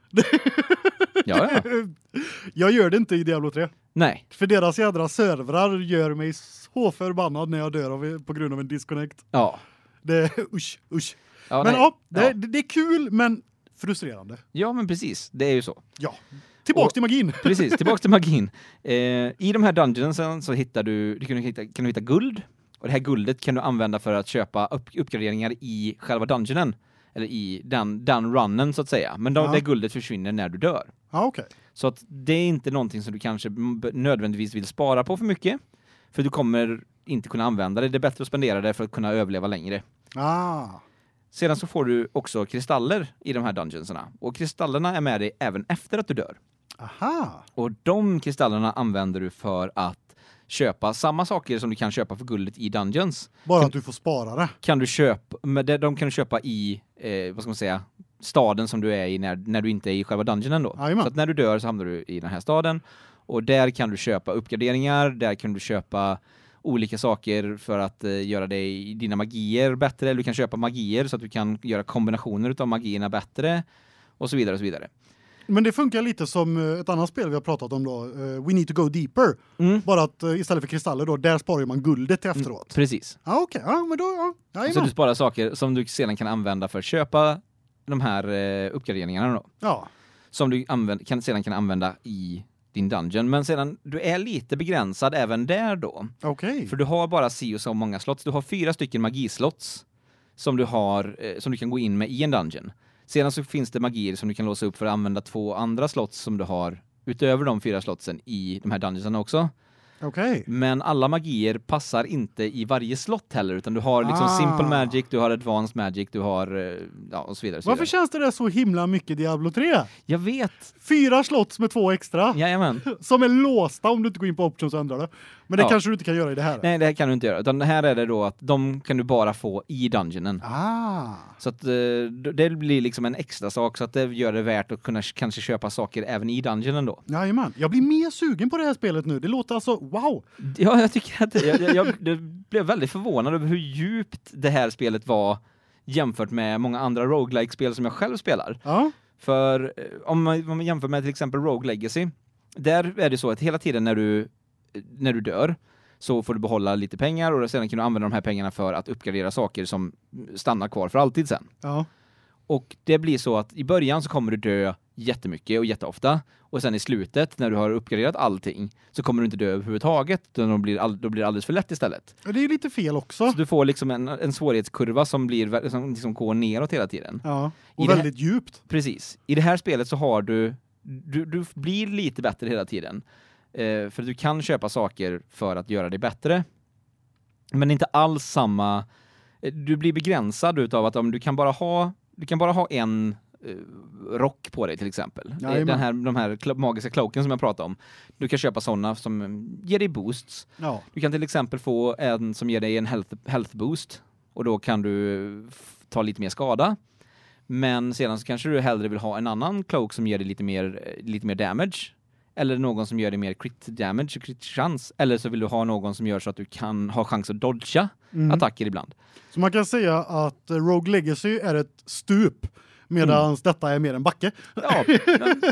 Ja, ja. Jag gör det inte i Diablo 3. Nej. För deras jädra servrar gör mig så förbannad när jag dör av, på grund av en disconnect. Ja. Det usch, usch. Ja, men nej. ja, det, Ja. Det, det är kul men frustrerande. ja, men precis. Det är ju så. Ja. Tillbaks Och- till magin. Precis, tillbaka till magin. Eh, I de här dungeonsen så hittar du, du kan, hitta, kan du hitta guld. Och det här guldet kan du använda för att köpa upp, uppgraderingar i själva dungeonen. Eller i den, den runnen så att säga. Men då, Ja. det guldet försvinner när du dör. Ja, okej. Så att det är inte någonting som du kanske m- b- nödvändigtvis vill spara på för mycket. För du kommer inte kunna använda det. Det är bättre att spendera det för att kunna överleva längre. Ah. Sedan så får du också kristaller i de här dungeonserna. Och kristallerna är med dig även efter att du dör. Aha. Och de kristallerna använder du för att köpa samma saker som du kan köpa för guldet i dungeons. Bara att du får spara det. Kan du köpa, men det- de kan du köpa i, eh, vad ska man säga, staden som du är i när, när du inte är i själva dungeonen då. Jajamän. Så att när du dör så hamnar du i den här staden. Och där kan du köpa uppgraderingar, där kan du köpa olika saker för att eh, göra dig, dina magier bättre. Eller du kan köpa magier så att du kan göra kombinationer utav magierna bättre. Och så vidare och så vidare. Men det funkar lite som eh, ett annat spel vi har pratat om då, eh, We need to go deeper. Mm. Bara att eh, istället för kristaller då, där sparar man guldet till efteråt. Precis. Ja okej, ja men då, ja. Så Jajamän. du sparar saker som du sedan kan använda för att köpa de här eh, uppgraderingarna då. Ja. Som du använd, kan, sedan kan använda i din dungeon. Men sedan, du är lite begränsad även där då. Okej. För du har bara si och så många slots. Du har fyra stycken magislots som du, har, eh, som du kan gå in med i en dungeon. Sedan så finns det magier som du kan låsa upp för att använda två andra slots som du har utöver de fyra slotsen i de här dungeonsarna också. Okej. Men alla magier passar inte i varje slott heller utan du har liksom Ah. simple magic, du har advanced magic, du har eh, ja och så vidare och så Varför vidare. känns det där så himla mycket Diablo 3? Jag vet. Fyra slotts med två extra Jajamän. som är låsta om du inte går in på options och ändrar det. Men det Ja. kanske du inte kan göra i det här. Nej, det här kan du inte göra utan här är det då att de kan du bara få i dungeonen. Ah. Så att eh, det blir liksom en extra sak så att det gör det värt att kunna kanske köpa saker även i dungeonen då. Jajamän. Jag blir mer sugen på det här spelet nu. Det låter alltså wow. Ja, jag tycker att jag, jag, jag det blev väldigt förvånad över hur djupt det här spelet var jämfört med många andra roguelike spel som jag själv spelar. Ja. För eh, om man, om man jämför med till exempel Rogue Legacy, där är det så att hela tiden när du, eh, när du dör så får du behålla lite pengar och sedan kan du använda de här pengarna för att uppgradera saker som mm, stannar kvar för alltid sen. Ja. Och det blir så att i början så kommer du dö jättemycket och jätteofta och sen i slutet när du har uppgraderat allting så kommer du inte dö överhuvudtaget utan då blir, all, då blir det alldeles för lätt istället. Det är ju lite fel också. Så du får liksom en, en svårighetskurva som, blir, vä- som liksom går neråt hela tiden. Ja. I Och det här- väldigt djupt. Precis. I det här spelet så har du du, du blir lite bättre hela tiden. Eh, för du kan köpa saker för att göra dig bättre. Men inte alls samma eh, du blir begränsad utav att om du kan bara ha du kan bara ha en eh, rock på dig till exempel. Det är Jajamän. Den här, de här klo- magiska cloaken som jag pratade om. Du kan köpa sådana som eh, ger dig boosts. Ja. Du kan till exempel få en som ger dig en health, health boost och då kan du f- ta lite mer skada. Men sedan så kanske du hellre vill ha en annan cloak som ger dig lite mer, eh, lite mer damage. Eller någon som gör dig mer crit damage och crit chans. Eller så vill du ha någon som gör så att du kan ha chans att dodga Mm. attacker ibland. Så man kan säga att eh, Rogue Legacy är ett stup medan Mm. detta är mer en backe. Ja,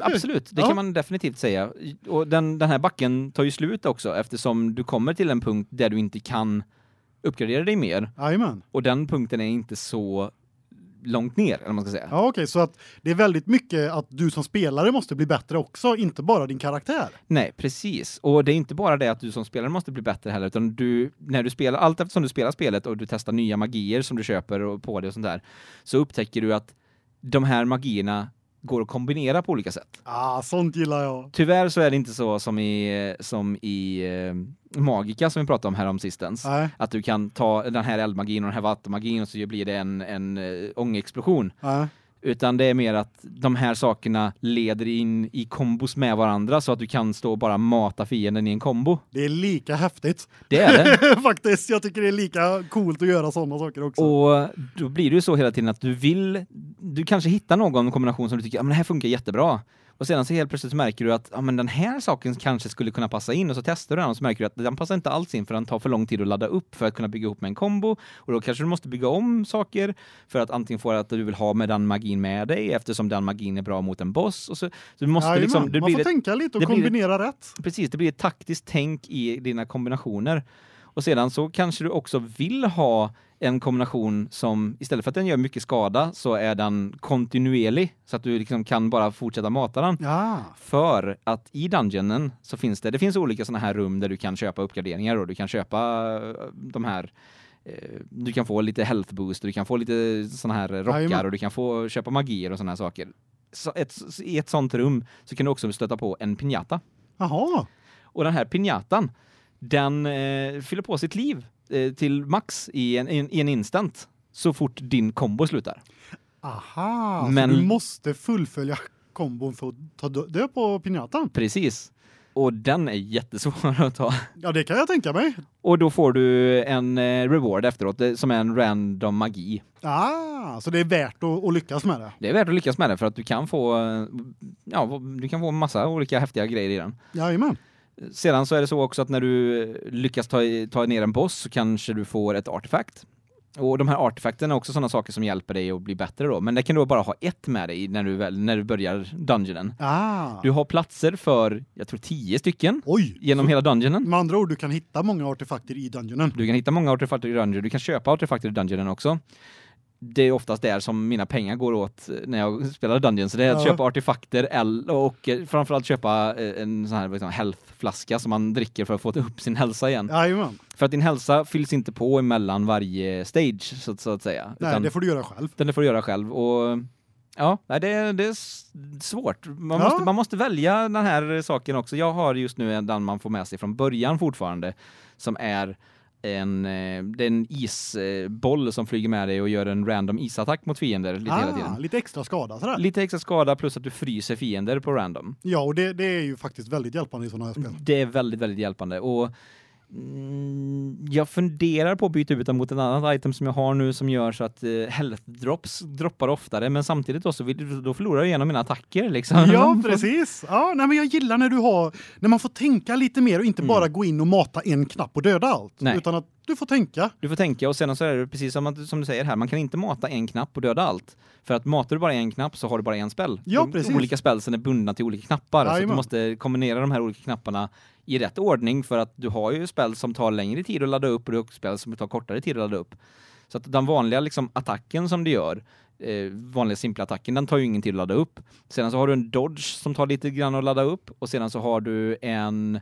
absolut. Det Ja. kan man definitivt säga. Och den, den här backen tar ju slut också eftersom du kommer till en punkt där du inte kan uppgradera dig mer. Jajamän. Och den punkten är inte så långt ner, eller vad man ska säga. Ja okej, så att det är väldigt mycket att du som spelare måste bli bättre också, inte bara din karaktär. Nej, precis. Och det är inte bara det att du som spelare måste bli bättre heller, utan du, när du spelar, allt eftersom du spelar spelet och du testar nya magier som du köper och på dig och sånt där, så upptäcker du att de här magierna går att kombinera på olika sätt. Ah, sånt gillar jag. Tyvärr så är det inte så som i, som i eh, Magica som vi pratade om här om sistens. Nej, Att du kan ta den här eldmagin och den här vattenmagin och så blir det en, en eh, ångexplosion. nej. Utan det är mer att de här sakerna leder in i kombos med varandra så att du kan stå och bara mata fienden i en kombo. Det är lika häftigt. Det är det. Faktiskt, jag tycker det är lika coolt att göra sådana saker också. Och då blir det ju så hela tiden att du vill, du kanske hittar någon kombination som du tycker, ja men det här funkar jättebra. Och sedan så helt plötsligt märker du att, ja men den här saken kanske skulle kunna passa in och så testar du den och så märker du att den passar inte alls in för den tar för lång tid att ladda upp för att kunna bygga ihop med en kombo. Och då kanske du måste bygga om saker för att antingen få att du vill ha med den magin med dig eftersom den magin är bra mot en boss. Och så, så du måste Jajamän, liksom, det man blir får ett tänka lite och det blir ett- kombinera rätt. Precis, det blir ett taktiskt tänk i dina kombinationer. Och sedan så kanske du också vill ha en kombination som istället för att den gör mycket skada så är den kontinuerlig så att du liksom kan bara fortsätta mata den. Ja, För att i dungeonen så finns det, det finns olika sådana här rum där du kan köpa uppgraderingar och du kan köpa eh, de här eh, du kan få lite health boost och du kan få lite sådana här rockar Jajamän. och du kan få köpa magier och sådana här saker. Så ett, I ett sånt rum så kan du också stöta på en piñata. jaha. Och den här pinjatan, den eh, fyller på sitt liv eh, till max i en, i en, i en instant så fort din kombo slutar. Aha, Men- så du måste fullfölja kombon för att ta dö- död på pinjatan. Precis. Och den är jättesvår att ta. Ja, det kan jag tänka mig. Och då får du en eh, reward efteråt eh, som är en random magi. Ah, så det är värt att, att lyckas med det. Det är värt att lyckas med den för att du kan få eh, ja, du kan få en massa olika häftiga grejer i den. Jajamän. Sedan så är det så också att när du lyckas ta, ta ner en boss så kanske du får ett artefakt. Och de här artefakten är också sådana saker som hjälper dig att bli bättre då. Men det kan du bara ha ett med dig när du, väl, när du börjar dungeonen. Ah. Du har platser för, jag tror tio stycken, Oj. genom hela dungeonen. Med andra ord, du kan hitta många artefakter i dungeonen. Du kan hitta många artefakter i dungeon, du kan köpa artefakter i dungeonen också. Det är oftast där som mina pengar går åt eh, när jag spelar dungeon, så det är att Ja. köpa artefakter el- och eh, framförallt köpa eh, en sån här liksom, healthflaska som man dricker för att få upp sin hälsa igen. Jajamän. För att din hälsa fylls inte på emellan varje stage, så, så att säga. Nej, utan, det får du göra själv. utan det får du göra själv. Och Ja, nej, det, det är s- svårt. Man, Ja. måste, man måste välja den här saken också. Jag har just nu en den man får med sig från början fortfarande, som är en, eh, det är en isboll som flyger med dig och gör en random isattack mot fiender lite Ah. hela tiden. lite extra skada sådär. Lite extra skada plus att du fryser fiender på random. Ja, och det, det är ju faktiskt väldigt hjälpande i sådana här spel. Det är väldigt, väldigt hjälpande. Och mm, jag funderar på att byta ut den mot en annan item som jag har nu som gör så att eh, health drops droppar oftare, men samtidigt då, så vill, då förlorar jag igenom mina attacker liksom. Ja, precis. Ja, nej, men jag gillar när du har när man får tänka lite mer och inte Mm. bara gå in och mata en knapp och döda allt, Nej. utan att du får tänka. Du får tänka och sen så är det precis som, att, som du säger här, man kan inte mata en knapp och döda allt. För att matar du bara en knapp så har du bara en spel. Ja, de precis. Olika spelsen är bundna till olika knappar. så att du Jajamän. måste kombinera de här olika knapparna i rätt ordning för att du har ju spel som tar längre tid att ladda upp och du har också spel som tar kortare tid att ladda upp. Så att den vanliga liksom, attacken som du gör, eh, vanliga simpla attacken, den tar ju ingen tid att ladda upp. Sedan så har du en dodge som tar lite grann att ladda upp och sedan så har du en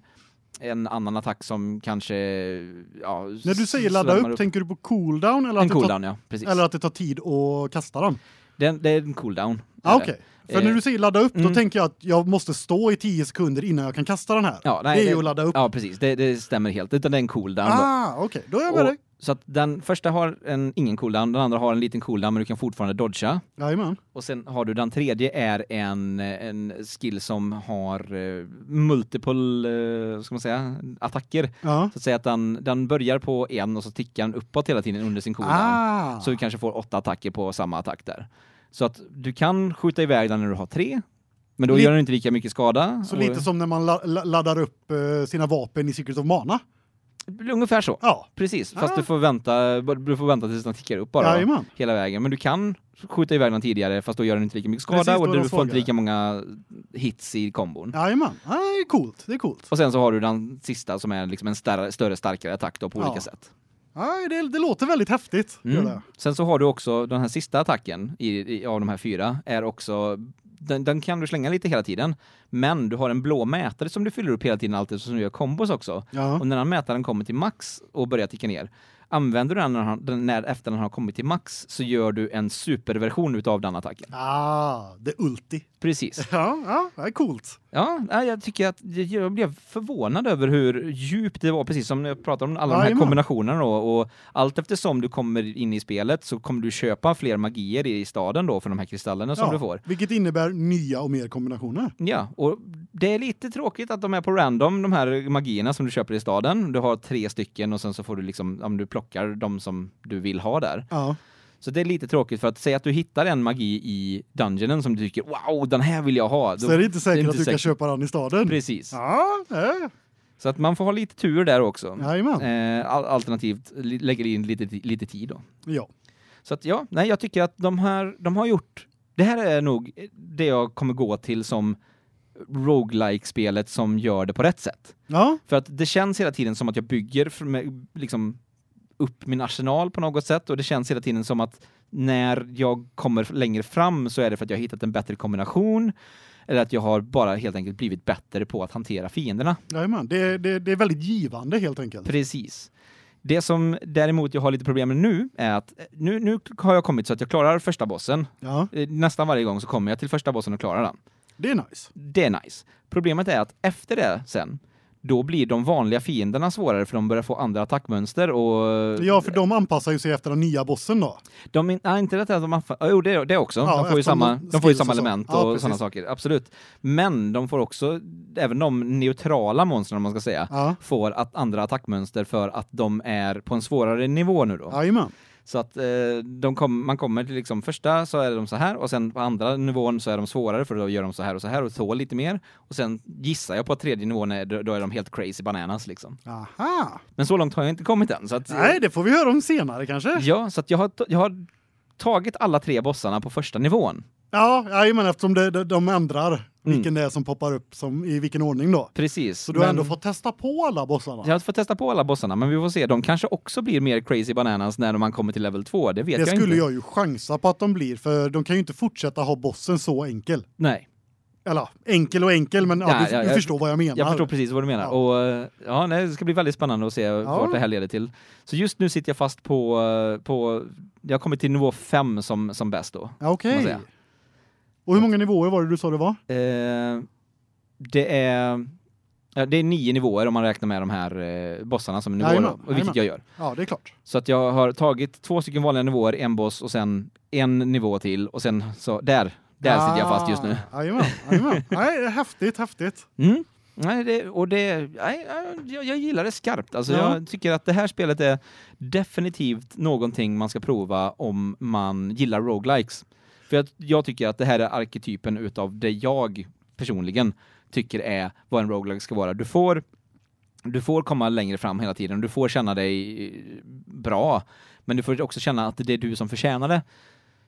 en annan attack som kanske ja, När du säger ladda upp, tänker tänker du på cooldown eller, en att det, cooldown, ja. Precis. tar, eller att det tar tid att kasta dem? Den, det är en cooldown. Ja, Är det. Ah, okej. För när Eh, du säger ladda upp, mm. då tänker jag att jag måste stå i 10 sekunder innan jag kan kasta den här. Ja, nej, det är ju det- att ladda upp. Ja, precis. Det, det stämmer helt. Utan det är en cooldown. då. ah, okej. Då är jag med Och- dig. Så att den första har en, ingen cooldown, den andra har en liten cooldown men du kan fortfarande dodga. Jajamän. Och sen har du den tredje är en, en skill som har eh, multiple, eh, ska man säga, attacker. Ja. Så att säga att den, den börjar på en och så tickar den uppåt hela tiden under sin cooldown. Ah. Så du kanske får åtta attacker på samma attack där. Så att du kan skjuta iväg den när du har tre, men då Lite- gör den inte lika mycket skada. Så Och- lite som när man la, la, laddar upp eh, sina vapen i Secret of Mana. Ungefär så. Ja. Precis, fast Ah. du får vänta du får vänta tills den tickar upp bara då, Jajamän. hela vägen, men du kan skjuta iväg den tidigare fast då gör den inte lika mycket skada Precis, då är och den du får inte svagare. lika många hits i kombon. Jajamän. Ah, det är coolt. Det är coolt. Och sen så har du den sista som är liksom en större, större starkare attack då på Ja. olika sätt. Ah, det, det låter väldigt häftigt. gör Mm. det. Sen så har du också den här sista attacken i, i, av de här fyra är också den, den kan du slänga lite hela tiden, men du har en blå mätare som du fyller upp hela tiden alltid som gör kombos också. Ja. Och när den mätaren kommer till max och börjar ticka ner, använder du den när, han- den när efter den har kommit till max så gör du en superversion utav den attacken. Ah, det ulti. Precis. Ja, ja, det är coolt. Ja, nej, jag tycker att jag blev förvånad över hur djupt det var, precis som när jag pratade om alla de här Jajamän. kombinationerna då, och allt eftersom du kommer in i spelet så kommer du köpa fler magier i staden då för de här kristallerna som ja. du får. Vilket innebär nya och mer kombinationer. Ja, och det är lite tråkigt att de är på random, de här magierna som du köper i staden. Du har tre stycken och sen så får du liksom, om du plockar de som du vill ha där. Ja. Så det är lite tråkigt för att säga att du hittar en magi i dungeonen som du tycker wow, den här vill jag ha. Så är Då, det inte säkert inte att du kan säkert. köpa den i staden. precis. Ja, eh, Så att man får ha lite tur där också. jajamän. Eh, al- alternativt li- lägger in lite, lite tid då. Ja. Så att ja, nej jag tycker att de här, de har gjort, det här är nog det jag kommer gå till som roguelike-spelet som gör det på rätt sätt. Ja, För att det känns hela tiden som att jag bygger för med, liksom upp min arsenal på något sätt och det känns hela tiden som att när jag kommer längre fram så är det för att jag har hittat en bättre kombination eller att jag har bara helt enkelt blivit bättre på att hantera fienderna. jajamän. Det, det, det är väldigt givande helt enkelt. Precis. Det som däremot jag har lite problem med nu är att eh, nu, nu har jag kommit så att jag klarar första bossen. Ja, Eh, Nästan varje gång så kommer jag till första bossen och klarar den. det är nice. Det är nice. Problemet är att efter det sen, då blir de vanliga fienderna svårare för de börjar få andra attackmönster och... Ja, för de anpassar ju sig efter den nya bossen då. De, är- nej, inte detta att de anfa- jo, det, det också. Ja, de får ju eftersom samma, de de får ju skills samma och så. element Ja, och precis. sådana saker, absolut. Men de får också, även de neutrala monstren om man ska säga, Ja, får att andra attackmönster för att de är på en svårare nivå nu då. jajamän. Så att eh, de kom, man kommer till liksom första så är de så här och sen på andra nivån så är de svårare för då gör de så här och så här och tål lite mer. Och sen gissar jag på att tredje nivån är, då då är de helt crazy bananas liksom. Aha. Men så långt har jag inte kommit än. Så att, Nej, det får vi höra om senare kanske. Ja, så att jag har, ta- jag har tagit alla tre bossarna på första nivån. Ja, jajamän, eftersom det, de, de Mm. ändrar vilken det är som poppar upp som, i vilken ordning då. Precis. Så du har men- ändå fått testa på alla bossarna. Jag har fått testa på alla bossarna, men vi får se. De kanske också blir mer crazy bananas när man kommer till level 2. Det vet det jag skulle inte. jag ju chansa på att de blir för de kan ju inte fortsätta ha bossen så enkel. Nej, Eller ja, enkel och enkel men ja, Ja, du, ja, du jag- förstår vad jag menar. jag förstår precis vad du menar. Ja. Och eh, ja, nej, det ska bli väldigt spännande att se vart det här leder till. Så just nu sitter jag fast på, eh, på jag har kommit till nivå 5 som, som bäst då. Ja, Okej. Kan man säga. Och hur många nivåer var det du sa det var? Eh, det är ja, det är nio nivåer om man räknar med de här eh, bossarna som är nivåer, Jajamän, och vilket jajamän. jag gör. Ja, det är klart. Så att jag har tagit två stycken vanliga nivåer, en boss och sen en nivå till och sen så där där sitter jag fast just nu. Ah, Jajamän, jajamän. Nej, det är häftigt, häftigt. Mm. Nej, det, och det, nej, jag, jag gillar det skarpt. Alltså, Ja. Jag tycker att det här spelet är definitivt någonting man ska prova om man gillar roguelikes. För jag, jag tycker att det här är arketypen utav det jag personligen tycker är vad en roguelike ska vara. Du får, du får komma längre fram hela tiden, du får känna dig eh, bra, men du får också känna att det är du som förtjänar det.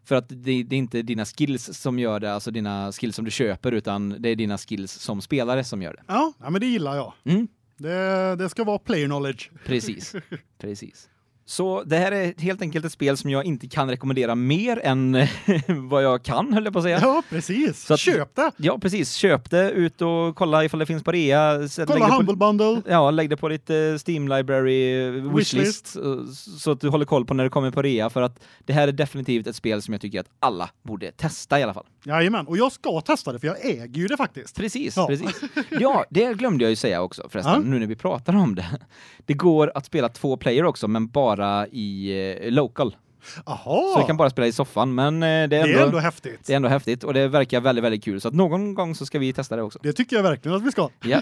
För att det, det är inte dina skills som gör det, alltså dina skills som du köper, utan det är dina skills som spelare som gör det. Ja, ja men det gillar jag. Mm. Det, det ska vara player knowledge. Precis. Precis. Så det här är helt enkelt ett spel som jag inte kan rekommendera mer än vad jag kan, höll jag på att säga. Ja, precis. Så att- Köp det. Ja, presäs. Köp det, ut och kolla ifall det finns på rea. Sätt- lägg Kolla det på- Humble Bundle. Ja, lägg det på ditt eh, Steam Library eh, wishlist Wishlist. eh, så att du håller koll på när det kommer på rea för att det här är definitivt ett spel som jag tycker att alla borde testa i alla fall. Jajamän, och jag ska testa det för jag äger ju det faktiskt. Precis, Ja. precis. Ja, det glömde jag ju säga också förresten, Ja. nu när vi pratar om det. Det går att spela två player också, men bara i eh, local. Jaha, Så du kan bara spela i soffan, men eh, det är det ändå, är ändå häftigt. det är ändå häftigt och det verkar väldigt, väldigt kul. Så att någon gång så ska vi testa det också. Det tycker jag verkligen att vi ska. Ja.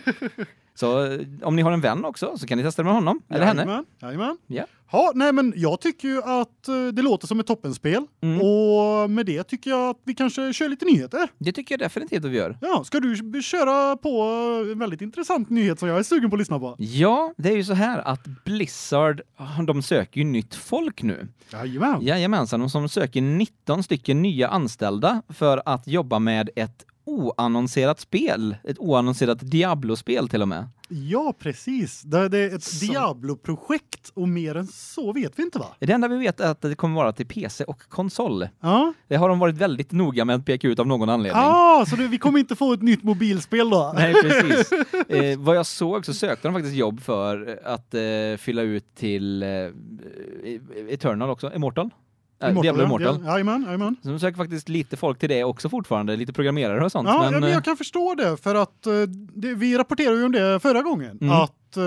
Så eh, om ni har en vän också så kan ni testa det med honom, eller henne. Jajamän, jajamän. Ja. Ja, nej men jag tycker ju att eh, det låter som ett toppenspel Mm. och med det tycker jag att vi kanske kör lite nyheter. Det tycker jag definitivt att vi gör. Ja, ska du köra på eh, en väldigt intressant nyhet som jag är sugen på att lyssna på? Ja, det är ju så här att Blizzard, de söker ju nytt folk nu. Jajamän. Jajamensan, och som söker 19 stycken nya anställda för att jobba med ett oannonserat spel. Ett oannonserat Diablo-spel till och med. Ja, precis. Det det är ett Så- Diablo-projekt och mer än så vet vi inte va? Det enda vi vet är att det kommer vara till PC och konsol. Ja, Det har de varit väldigt noga med att peka ut av någon anledning. ah, så det, vi kommer inte få ett nytt mobilspel då? Nej, precis. Eh, vad jag såg så sökte de faktiskt jobb för att eh, fylla ut till eh, Eternal också, Immortal. Eh, Diablo ja. Immortal. Ja, Jajamän, jajamän. Så de söker faktiskt lite folk till det också fortfarande, lite programmerare och sånt. Ja, men, ja, men eh, jag kan förstå det för att eh, det, vi rapporterade ju om det förra gången Mm. att eh,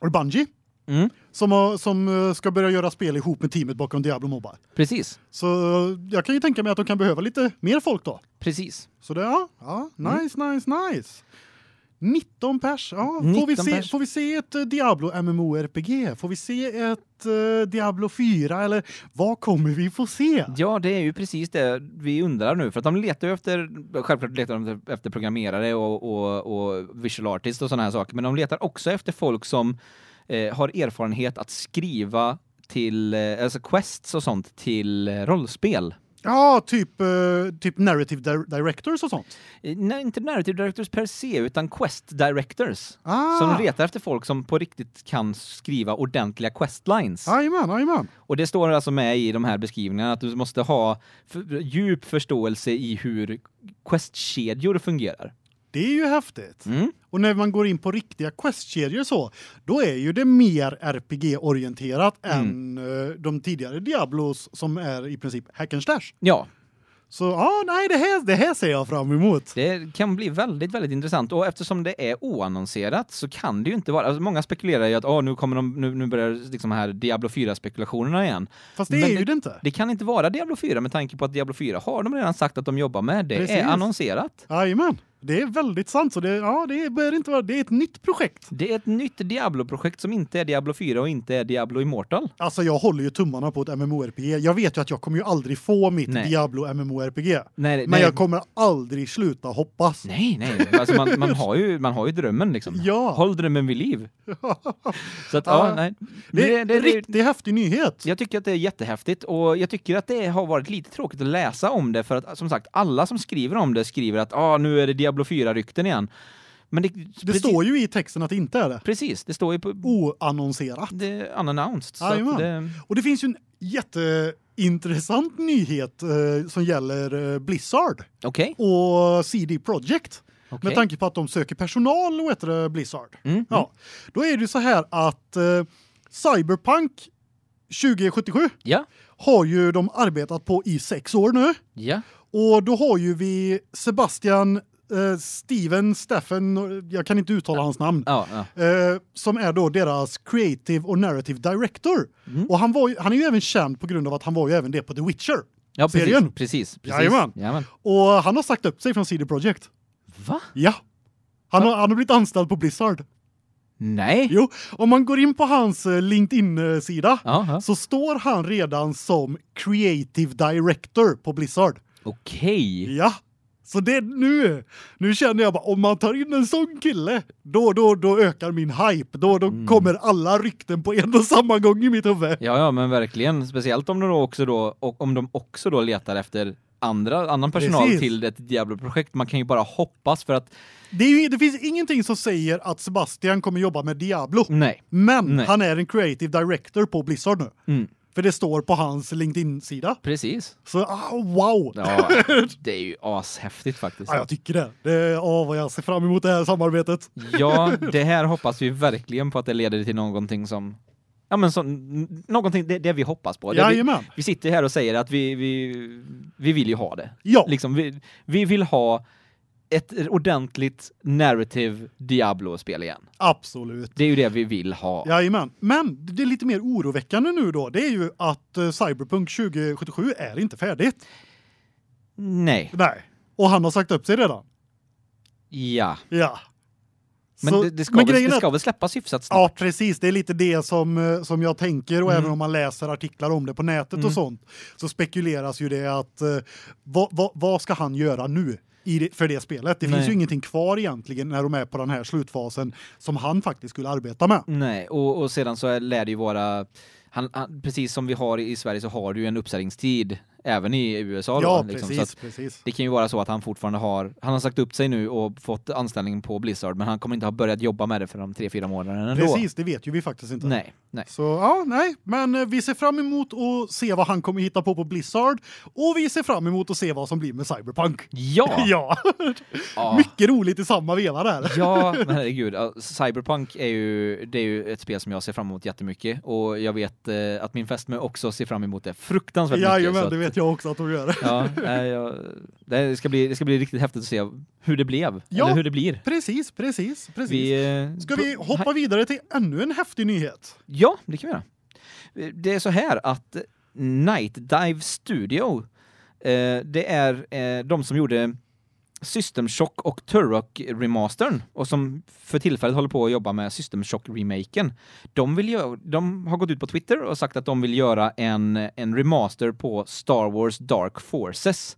och Bungie mm, som har, som eh, ska börja göra spel ihop med teamet bakom Diablo Mobile. precis, Så eh, jag kan ju tänka mig att de kan behöva lite mer folk då. precis. Så det ja, ja Mm. nice nice nice. 19 pers. Ja, får vi 19 se pers. får vi se ett eh, Diablo MMORPG? Får vi se ett eh, Diablo 4 eller vad kommer vi få se? Ja, det är ju precis det vi undrar nu. För att de letar ju efter, självklart letar de efter programmerare och, och, och visual artist och sådana här saker. Men de letar också efter folk som eh, har erfarenhet att skriva till, eh, alltså quests och sånt till eh, rollspel. Ja, typ eh, typ narrative dir- directors och sånt. Eh, Nej, inte narrative directors per se, utan quest directors. Ah. Så de letar efter folk som på riktigt kan skriva ordentliga questlines. Jajamän, jajamän. Och det står alltså med i de här beskrivningarna att du måste ha för, djup förståelse i hur questkedjor fungerar. Det är ju häftigt. Mm. Och när man går in på riktiga questkedjor så, då är ju det mer RPG-orienterat Mm. än eh, de tidigare Diablos som är i princip hack and slash. Ja, Så ja, nej, det här, det här ser jag fram emot. det kan bli väldigt, väldigt intressant. Och eftersom det är oannonserat så kan det ju inte vara... Alltså många spekulerar ju att "Åh, nu, kommer de, nu, nu börjar liksom här Diablo 4-spekulationerna igen. Fast det Men är det- ju det inte. Det kan inte vara Diablo 4 med tanke på att Diablo 4 har de redan sagt att de jobbar med. Det Precis. är annonserat. Jajamän. Det är väldigt sant. Så det, ja, det bör inte vara, det är ett nytt projekt. Det är ett nytt Diablo-projekt som inte är Diablo 4 och inte är Diablo Immortal. Alltså jag håller ju tummarna på ett MMORPG. Jag vet ju att jag kommer ju aldrig få mitt Nej. Diablo MMORPG. Nej, Men nej. jag kommer aldrig sluta hoppas. Nej, nej. Alltså man, man, har ju, man har ju drömmen liksom. Ja. Håll drömmen vid liv. Så att, ja, Ja. nej. Det är Det, en det, det, riktigt häftig nyhet. jag tycker att det är jättehäftigt och jag tycker att det har varit lite tråkigt att läsa om det för att som sagt, alla som skriver om det skriver att ah, nu är det Diablo 4-rykten igen. Men det, Det står ju i texten att det inte är det. Precis, det står ju på... Oannonserat. Det är unannounced. Så Jajamän. att det, Och det finns ju en jätteintressant nyhet eh, som gäller eh, Blizzard okej. och CD Projekt. okej. Med tanke på att de söker personal och heter det Blizzard. Mm, mm. Ja, då är det ju så här att eh, Cyberpunk 2077 Ja. har ju de arbetat på i sex år nu. Ja. Och då har ju vi Sebastian eh, Steven Steffen, jag kan inte uttala hans namn. Ja, ja. Eh, som är då deras creative och narrative director. Mm. Och han var ju, han är ju även känd på grund av att han var ju även det på The Witcher. ja precis, serien? precis. precis. Jajamän. Jajamän. Och han har sagt upp sig från CD Projekt. Va? Ja. Han har, han har blivit anställd på Blizzard. Nej. Jo, om man går in på hans eh, LinkedIn-sida Ja, ja. så står han redan som creative director på Blizzard. Okej. Ja. Så det är nu. Nu känner jag bara om man tar in en sån kille, då då då ökar min hype. Då då Mm. kommer alla rykten på en och samma gång i mitt huvud. Ja, ja, men verkligen. Speciellt om de då också då, och om de också då letar efter andra, annan personal Precis. till ett Diablo-projekt. Man kan ju bara hoppas för att, Det är ju, det finns ingenting som säger att Sebastian kommer jobba med Diablo, nej. men Nej. han är en creative director på Blizzard nu. Mm. För det står på hans LinkedIn-sida. Precis. Så ah, wow. Ja, det är ju ashäftigt faktiskt. Ja, jag tycker det. Det är åh, vad jag ser fram emot det här samarbetet. Ja, det här hoppas vi verkligen på att det leder till någonting som, ja men som, n- någonting, det, det vi hoppas på. Det, vi, Jajamän. vi sitter här och säger att vi, vi, vi vill ju ha det. Ja, Liksom, vi, vi vill ha ett ordentligt narrative Diablo-spel igen. absolut. Det är ju det vi vill ha. Jajamän. Men det är lite mer oroväckande nu då, det är ju att eh, Cyberpunk 2077 är inte färdigt. Nej. Nej. Och han har sagt upp sig redan. Ja. Ja. Men Så- det, det, ska men väl, grejen det är- ska väl släppas hyfsat snabbt? Ja, precis. Det är lite det som eh, som jag tänker och Mm. även om man läser artiklar om det på nätet Mm. och sånt så spekuleras ju det att eh, vad vad vad ska han göra nu i det, för det spelet? Det finns Nej. ju ingenting kvar egentligen när de är på den här slutfasen som han faktiskt skulle arbeta med. Nej, och, och sedan så är- lär det ju vara... Han, han, precis som vi har i Sverige så har du ju en uppsägningstid även i USA. ja, då, liksom. precis, Så att precis. det kan ju vara så att han fortfarande har... Han har sagt upp sig nu och fått anställning på Blizzard men han kommer inte ha börjat jobba med det för de tre, fyra månaderna ändå. Precis, det vet ju vi faktiskt inte. Nej, nej. Så ja, nej, men eh, vi ser fram emot att se vad han kommer hitta på på Blizzard och vi ser fram emot att se vad som blir med Cyberpunk. Ja! Ja, ja. mycket roligt i samma veva där. Ja, men herregud. ja, Cyberpunk är ju, det är ju ett spel som jag ser fram emot jättemycket. Och jag vet eh, att min fästmö också ser fram emot det fruktansvärt mycket. så Jajamän, att- det vet jag också att de gör. Ja, nej, jag, det, ska bli, det ska bli riktigt häftigt att se hur det blev. Ja. Eller hur det blir. Precis, precis, precis. Vi, eh, Ska vi br- hoppa vidare till ännu en häftig nyhet? Ja, det kan vi göra. Det är så här att Night Dive Studio, eh, det är eh, de som gjorde System Shock och Turok remastern och som för tillfället håller på att jobba med System Shock remaken. De vill göra, de har gått ut på Twitter och sagt att de vill göra en en remaster på Star Wars Dark Forces.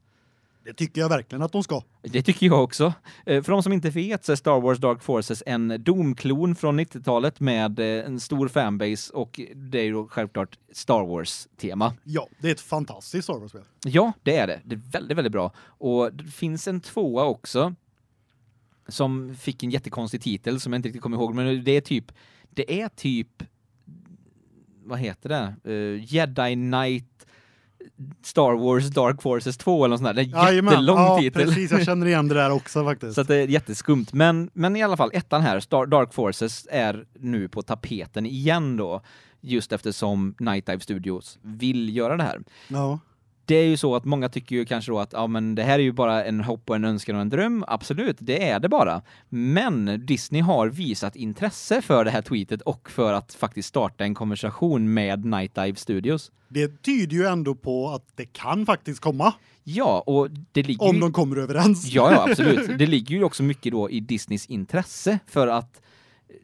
Det tycker jag verkligen att de ska. Det tycker jag också. Eh, För de som inte vet så är Star Wars Dark Forces en domklon från 90-talet med eh, en stor fanbase och det är ju då självklart Star Wars-tema. Ja, det är ett fantastiskt Star Wars-spel. Ja, det är det. Det är väldigt, väldigt bra. Och det finns en tvåa också som fick en jättekonstig titel som jag inte riktigt kommer ihåg, men det är typ det är typ vad heter det? Eh, Jedi Knight Star Wars Dark Forces 2 eller något sånt där. Det är en Jajamän, jättelång ja, titel. precis. Jag känner igen det där också faktiskt. Så att det är jätteskumt. Men, men i alla fall, ettan här, Star, Dark Forces, är nu på tapeten igen då. Just eftersom Night Dive Studios vill göra det här. ja. Det är ju så att många tycker ju kanske då att ja, men det här är ju bara en hopp och en önskan och en dröm. Absolut, det är det bara. Men Disney har visat intresse för det här tweetet och för att faktiskt starta en konversation med Night Dive Studios. Det tyder ju ändå på att det kan faktiskt komma Ja, och det ligger ju om i- de kommer överens. Mm. Ja, ja, absolut. Det ligger ju också mycket då i Disneys intresse för att eh,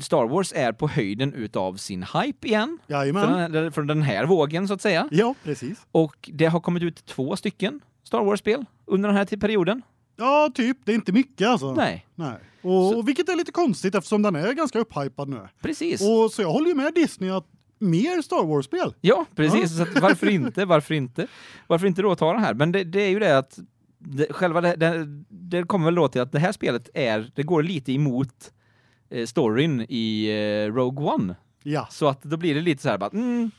Star Wars är på höjden utav sin hype igen. Från Jajamän. den, här, från den här vågen så att säga. Ja, precis. Och det har kommit ut två stycken Star Wars-spel under den här ti- perioden. Ja, typ. Det är inte mycket alltså. Nej, Nej. Och, Så- och vilket är lite konstigt eftersom den är ganska upphypad nu. precis. Och så jag håller ju med Disney att mer Star Wars-spel. Ja, precis. Så att varför inte? Varför inte? Varför inte då ta den här? Men det, det är ju det att det, själva det, det, det kommer väl då till att det här spelet är, det går lite emot eh, storyn i eh, Rogue One. Ja. Så att då blir det lite så här bara, mm,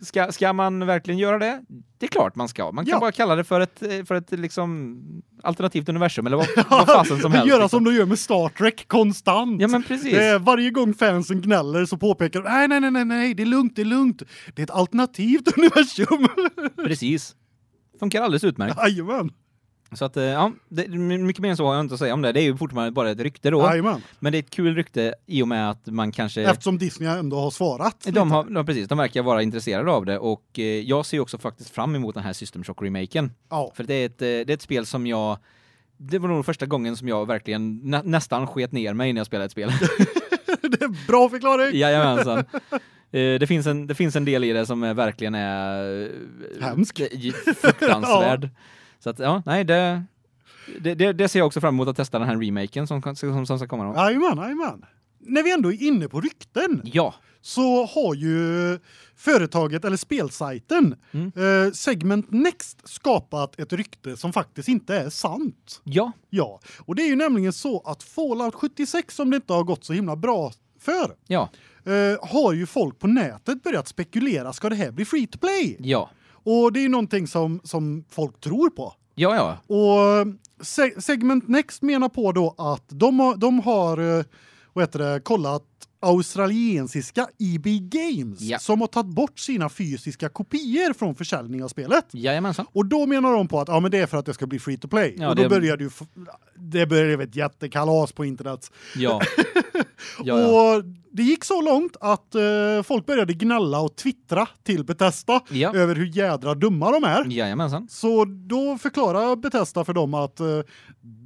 ska, ska man verkligen göra det? Det är klart man ska. Man kan Ja. bara kalla det för ett, eh, för ett liksom, alternativt universum eller vad, vad fasen som helst. Göra liksom. som de gör med Star Trek konstant. Ja men precis. Eh, varje gång fansen gnäller så påpekar de nej, nej, nej, nej, nej, det är lugnt, det är lugnt. Det är ett alternativt universum. Precis. Funkar alldeles utmärkt. Jajamän! Så att, eh, ja, det, mycket mer än så har jag inte att säga om det. Det är ju fortfarande bara ett rykte då. Jajamän! Men det är ett kul rykte i och med att man kanske... Eftersom Disney ändå har svarat. De har, de, precis, de verkar vara intresserade av det och eh, jag ser ju också faktiskt fram emot den här System Shock-remaken. Ja. För det är, ett, eh, det är ett spel som jag... Det var nog första gången som jag verkligen nä, nästan sket ner mig när jag spelade ett spel. det är bra förklaring! Jajamensan. Eh, Det finns, en, det finns en del i det som är, verkligen är... eh, Hemsk. Fruktansvärd. Så att, ja, nej, det, det, det, det ser jag också fram emot att testa den här remaken som, kan- som, som ska komma. Då. Jajamän, jajamän! När vi ändå är inne på rykten Ja, så har ju företaget eller spelsajten Mm. eh, Segment Next skapat ett rykte som faktiskt inte är sant. ja, Ja, och det är ju nämligen så att Fallout 76 som det inte har gått så himla bra för ja, eh, har ju folk på nätet börjat spekulera ska det här bli free to play? ja, Och det är ju någonting som som folk tror på. ja, ja. Och Se- Segment Next menar på då att de har, de har eh, vad heter det, kollat australiensiska EB Games Ja. som har tagit bort sina fysiska kopior från försäljning av spelet. Jajamensan. Och då menar de på att ja men det är för att det ska bli free to play. Ja, och då det- började ju f- det började ett jättekalas på internet. Ja. ja, ja. Och det gick så långt att eh, folk började gnälla och twittra till Bethesda Ja. över hur jädra dumma de är. Jajamensan. Så då förklarar Bethesda för dem att eh,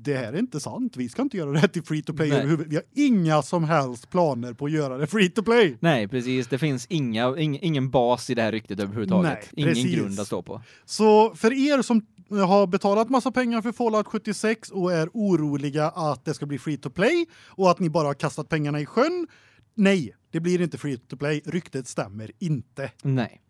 det här är inte sant. Vi ska inte göra det här till free to play Nej. överhuvud- Vi har inga som helst planer på att göra det free to play. Nej, precis. Det finns inga, ing, ingen bas i det här ryktet överhuvudtaget. Nej, ingen precis. grund att stå på. Så för er som eh, har betalat massa pengar för Fallout 76 och är oroliga att det ska bli free to play och att ni bara har kastat pengarna i sjön. Nej, det blir inte free to play. Ryktet stämmer inte. Nej.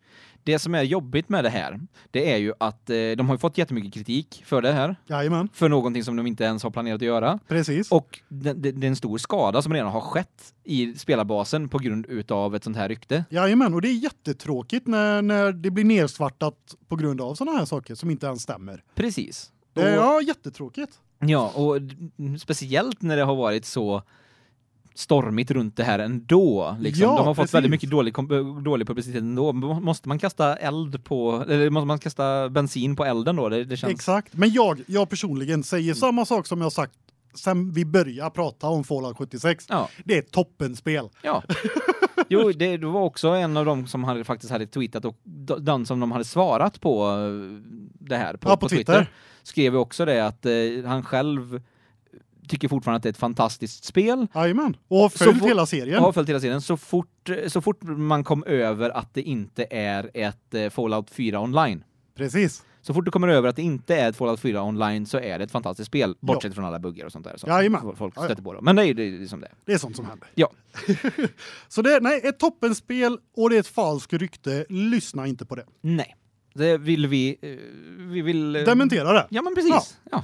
Det som är jobbigt med det här, det är ju att eh, de har ju fått jättemycket kritik för det här. Jajamän, För någonting som de inte ens har planerat att göra. precis. Och det, det, det är en stor skada som redan har skett i spelarbasen på grund utav ett sånt här rykte. Jajamän, och det är jättetråkigt när, när det blir nersvartat på grund av sådana här saker som inte ens stämmer. Precis. Det är, ja, jättetråkigt. Ja, och d- m- speciellt när det har varit så stormigt runt det här ändå. Liksom. De Ja, har fått precis. väldigt mycket dålig, kom- dålig publicitet ändå. M- Måste man kasta eld på, eller måste man kasta bensin på elden då? Det, det känns... Exakt. Men jag, jag personligen säger samma sak som jag sagt sen vi började prata om Fallout 76. Ja, Det är ett toppenspel. ja. Jo, det, det var också en av dem som hade, faktiskt hade tweetat och d- den som de hade svarat på eh, det här på, Ja, på Twitter. skrev ju också det att eh, han själv tycker fortfarande att det är ett fantastiskt spel. Jajamän. Och har Så följt vår- hela serien. Ja, följt hela tiden. Så fort, så fort man kom över att det inte är ett eh, Fallout 4 online. Precis. Så fort du kommer över att det inte är ett Fallout 4 online så är det ett fantastiskt spel. Bortsett från alla buggar och sånt där. Så Jajamän. Folk Ja, ja. stöter på dem. Men det är ju det är ju som det är. Det är sånt som händer. Ja. Så det är nej, ett toppenspel och det är ett falskt rykte. Lyssna inte på det. Nej. Det vill vi... eh, Vi vill... eh, Dementera det. Ja, men precis. Ja.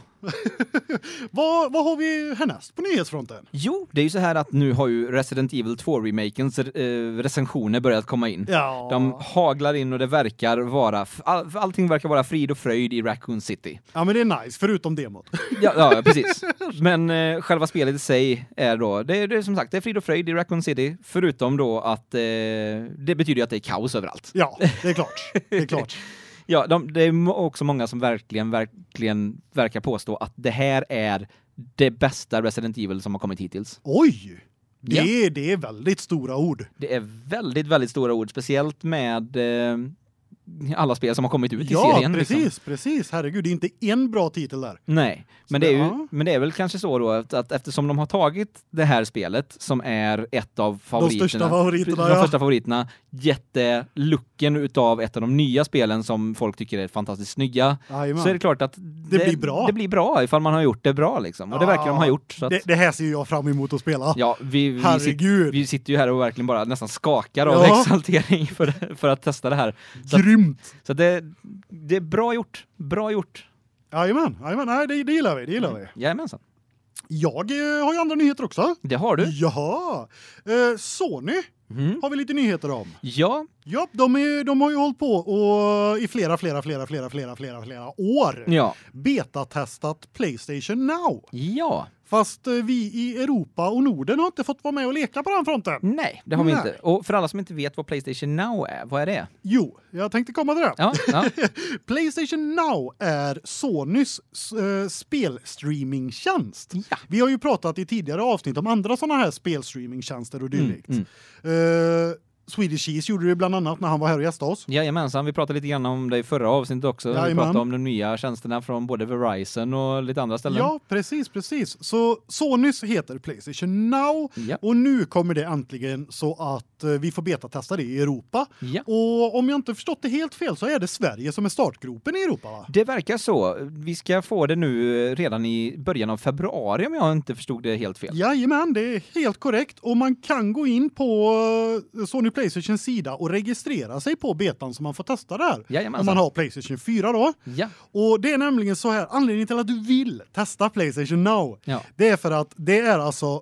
Vad, vad har vi härnäst på nyhetsfronten? Jo, det är ju så här att nu har ju Resident Evil 2-remakens eh, recensioner börjat komma in. Ja. De haglar in och det verkar vara... f- All, allting verkar vara frid och fröjd i Raccoon City. ja, men det är nice, förutom demot. Ja, ja precis. Men eh, själva spelet i sig är då, det, det är som sagt, det är frid och fröjd i Raccoon City, förutom då att eh, det betyder ju att det är kaos överallt. Ja, det är klart. Det är klart. Ja, de, det är mo- också många som verkligen, verkligen verkar påstå att det här är det bästa Resident Evil som har kommit hittills. Oj! Det, är, det är väldigt stora ord. Det är väldigt, väldigt stora ord, speciellt med eh, alla spel som har kommit ut i Ja, serien. precis, liksom. precis. Herregud, det är inte en bra titel där. Nej, men Så det, är det- ju, ja. men det är väl kanske så då att, att eftersom de har tagit det här spelet som är ett av favoriterna. De största favoriterna, de ja. första favoriterna, jättelucken utav ett av de nya spelen som folk tycker är fantastiskt snygga. Jajamän. Så är det klart att det, blir bra. Det blir bra ifall man har gjort det bra liksom. Och det Ja, verkar de ha gjort. Så att, det, det här ser jag fram emot att spela. ja, vi, vi, sitter, Herregud, vi sitter ju här och verkligen bara nästan skakar av Ja. exaltering för, för att testa det här. så att- grymt! Så att det, det är bra gjort. Bra gjort. Jajamän, jajamän. Nej, det, det gillar vi, det Mm. gillar vi. Jajamensan. Jag eh, har ju andra nyheter också. Det har du. Jaha! Eh, Sony Mhm. har vi lite nyheter om. Ja, Ja, de, är, ju- de har ju hållit på och i flera, flera, flera, flera, flera, flera, flera år ja, betatestat Playstation Now. ja. Fast eh, vi i Europa och Norden har inte fått vara med och leka på den fronten. Nej, det har vi Nej. inte. Och för alla som inte vet vad Playstation Now är, vad är det? Jo, jag tänkte komma till det. Ja, ja. Playstation Now är Sonys eh, spelstreamingtjänst. ja. Vi har ju pratat i tidigare avsnitt om andra sådana här spelstreamingtjänster och dylikt. Mm, Eh, Swedish Cheese gjorde det bland annat när han var här och gästade oss. Jajamensan, vi pratade lite grann om det i förra avsnittet också. Vi Jajamän. pratade om de nya tjänsterna från både Verizon och lite andra ställen. Ja, precis, precis. Så Sonys heter Playstation Now Ja. och nu kommer det äntligen så att eh, vi får betatesta det i Europa. ja. Och om jag inte förstått det helt fel så är det Sverige som är startgropen i Europa va? Det verkar så. Vi ska få det nu eh, redan i början av februari om jag inte förstod det helt fel. Jajamän, det är helt korrekt. Och man kan gå in på eh, Sony Playstations sida och registrera sig på betan så man får testa det här. Om man Jajamensan. har Playstation 4 då. Ja. Och det är nämligen så här, anledningen till att du vill testa Playstation Now, Ja. det är för att det är alltså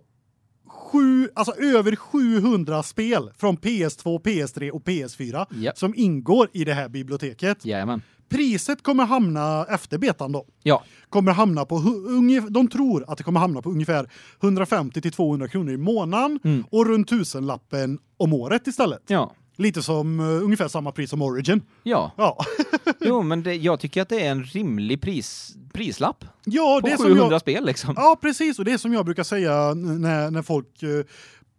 sju, alltså över 700 spel från PS2, PS3 och PS4 Ja. som ingår i det här biblioteket. Jajamän. Priset kommer hamna efter betan då. Ja. Kommer hamna på hu- unge- de tror att det kommer hamna på ungefär 150 till 200 kronor i månaden Mm. och runt tusenlappen om året istället. Ja. Lite som eh, ungefär samma pris som Origin. Ja. Ja, Jo, men det, jag tycker att det är en rimlig pris, prislapp ja på det är som 700 jag spel liksom. Ja, precis. Och det är som jag brukar säga n- när, när folk eh,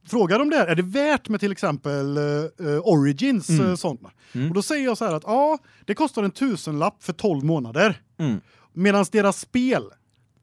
frågar om det här. Är det värt med till exempel eh, eh, Origins Mm. eh, sådana? Mm. Och då säger jag så här att ja, det kostar en tusenlapp för 12 månader. Mm. Medan deras spel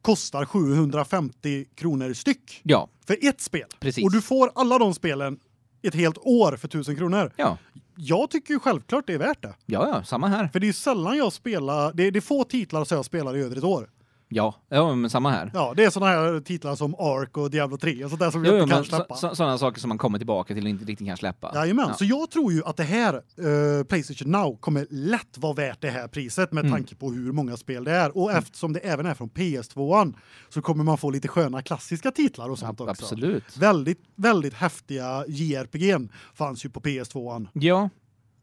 kostar 750 kronor styck Ja. för ett spel. Precis. Och du får alla de spelen ett helt år för 1000 kronor. Ja. Jag tycker ju självklart det är värt det. Ja, ja, samma här. För det är ju sällan jag spelar, det är, det är få titlar som jag spelar i över ett år. Ja, ja men samma här. Ja, det är såna här titlar som Ark och Diablo 3 och sånt där som Jo, jag jo, inte men kan släppa. sådana saker som man kommer tillbaka till och inte riktigt kan släppa. Jajamän, Ja. så jag tror ju att det här eh, Playstation Now kommer lätt vara värt det här priset med Mm. tanke på hur många spel det är. Och eftersom det även är från PS2 så kommer man få lite sköna klassiska titlar och sånt Ab- också. Absolut. Väldigt, väldigt häftiga JRPG fanns ju på PS2. Ja.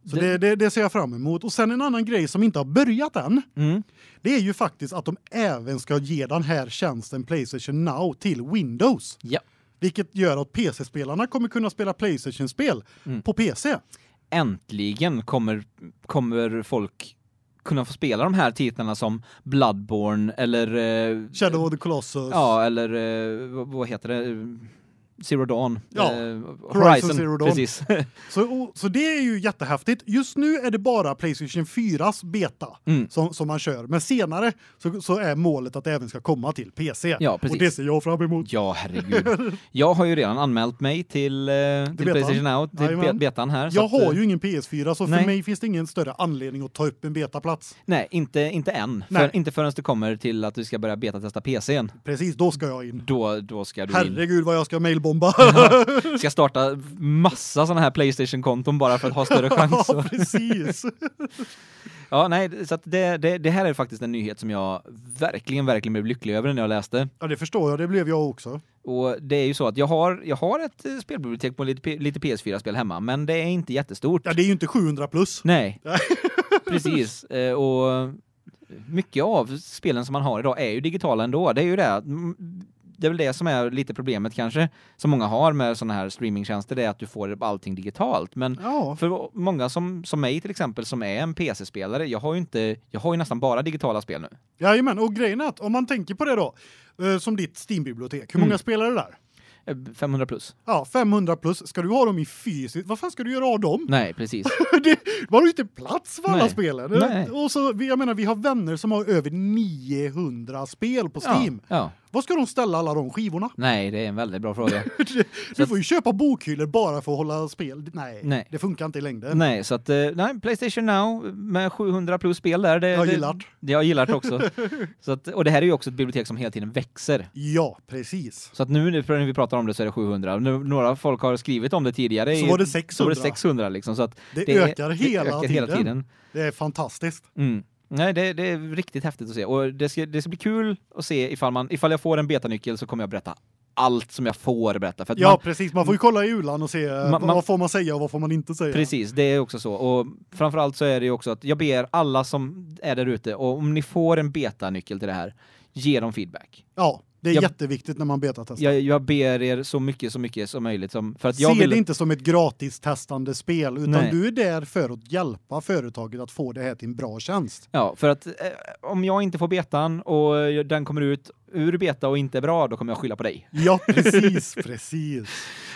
Så det... Det, det, ser jag fram emot. Och sen en annan grej som inte har börjat än, Mm. det är ju faktiskt att de även ska ge den här tjänsten Playstation Now till Windows. Ja. Vilket gör att PC-spelarna kommer kunna spela Playstation-spel Mm. på PC. Äntligen kommer, kommer folk kunna få spela de här titlarna som Bloodborne eller... eh, Shadow of the Colossus, Ja, eller eh, vad- vad heter det? Zero Dawn. Ja, Eh, Zero Dawn. Precis. Så, och, så det är ju jättehäftigt. Just nu är det bara Playstation 4s beta Mm. som, som man kör. Men senare så, så är målet att det även ska komma till PC. Ja, och precis. det ser jag fram emot. Ja, herregud. Jag har ju redan anmält mig till, eh, till betan. Playstation Now, till Jajamän. bet- betan här. så Jag att, har eh, ju ingen PS4 så nej. för mig finns det ingen större anledning att ta upp en betaplats. Nej, inte, inte än. Nej. För, inte förrän du kommer till att du ska börja betatesta PCn. Precis, då ska jag in. Då, då ska Mm. du in. Herregud vad jag ska mailbomba. Ska starta massa sådana här Playstation-konton bara för att ha större chans. ja, precis. Ja, nej, så att det, det, det här är faktiskt en nyhet som jag verkligen, verkligen blev lycklig över när jag läste. Ja, det förstår jag. Det blev jag också. Och det är ju så att jag har, jag har ett eh, spelbibliotek på lite, P- lite PS4-spel hemma, men det är inte jättestort. Ja, det är ju inte 700 plus. Nej, precis. Eh, Och mycket av spelen som man har idag är ju digitala ändå. Det är ju det. att- mm, Det är väl det som är lite problemet kanske, som många har med sådana här streamingtjänster, det är att du får allting digitalt. Men Ja, för många som, som mig till exempel, som är en PC-spelare, jag har ju inte, jag har ju nästan bara digitala spel nu. jajamän. Och grejen är att om man tänker på det då, eh, som ditt Steam-bibliotek, hur Mm. många spelare där? Eh, 500 plus. Ja, 500 plus. Ska du ha dem i fysiskt? Vad fan ska du göra av dem? Nej, precis. det, man har ju inte plats för alla Nej. spelen. Nej. Och så, vi- jag menar, vi har vänner som har över 900 spel på Ja, Steam. ja. Vad ska de ställa alla de skivorna? Nej, det är en väldigt bra fråga. Du får ju köpa bokhyllor bara för att hålla spel. Nej, Nej. det funkar inte i längden. Nej, så att eh, nej, Playstation Now med 700 plus spel där. Det, Jag det- gillar. det- Jag gillar det också. så att, och det här är ju också ett bibliotek som hela tiden växer. Ja, precis. Så att nu när vi pratar om det så är det 700. Nu, några folk har skrivit om det tidigare. Så i- var det Så var det 600. 600 liksom. Så att Det, är- ökar, hela, det ökar tiden. hela tiden. Det är fantastiskt. Mm. Nej, det, det är riktigt häftigt att se. Och det ska, det ska bli kul att se ifall, man, ifall jag får en betanyckel så kommer jag berätta allt som jag får berätta. För att Ja, man, precis. Man får ju kolla i ulan och se eh, Man- man- vad får man säga och vad får man inte säga. Precis, det är också så. Och framförallt så är det ju också att jag ber alla som är där ute, och om ni får en betanyckel till det här, ge dem feedback. Ja, Det är Jag- jätteviktigt när man betatestar. Jag, jag ber er så mycket, så mycket som möjligt. Som, för att jag Alltså. Se vill... det inte som ett gratis testande spel utan Nej. du är där för att hjälpa företaget att få det här till en bra tjänst. Ja, för att eh, om jag inte får betan och eh, den kommer ut ur beta och inte är bra, då kommer jag skylla på dig. Ja, precis, precis.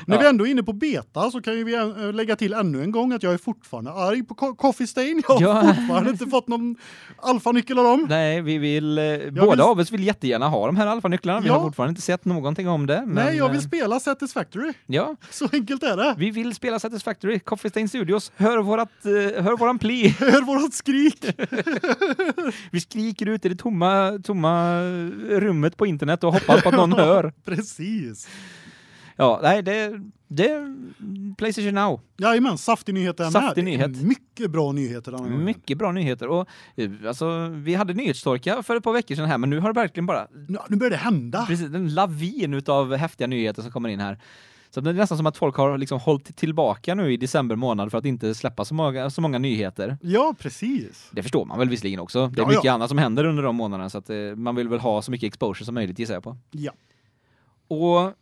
När Ja. vi ändå är inne på beta så kan ju vi eh, lägga till ännu en gång att jag är fortfarande arg på Co- Coffee Stain. Jag har Ja. fortfarande inte fått någon alfanyckel av dem. Nej, vi vill... Eh, båda vill- av oss vill jättegärna ha de här alfanycklarna. Vi Ja. har fortfarande inte sett någonting om det. Men, Nej, jag eh, vill spela Satisfactory. Ja, Så enkelt är det. vi vill spela Satisfactory, Coffee Stain Studios. Hör, vårat, eh, hör våran pli. Hör vårat skrik. Vi skriker ut i det tomma, tomma rummet på internet och hoppas på att någon hör. Precis. Ja, nej, det... det Playstation Now. Jajamän, saftig nyhet är Saftig med. Det är nyhet. Mycket bra nyheter den här gången. Mycket bra nyheter. Och, eh, alltså, vi hade nyhetstorka för ett par veckor sedan här, men nu har det verkligen bara Nu- Nu börjar det hända. precis en lavin utav häftiga nyheter som kommer in här. Så det är nästan som att folk har liksom hållit tillbaka nu i december månad för att inte släppa så många, så många nyheter. Ja, precis. Det förstår man väl visserligen också. Det är Ja, mycket ja. annat som händer under de månaderna så att eh, man vill väl ha så mycket exposure som möjligt gissar jag på. Ja, Och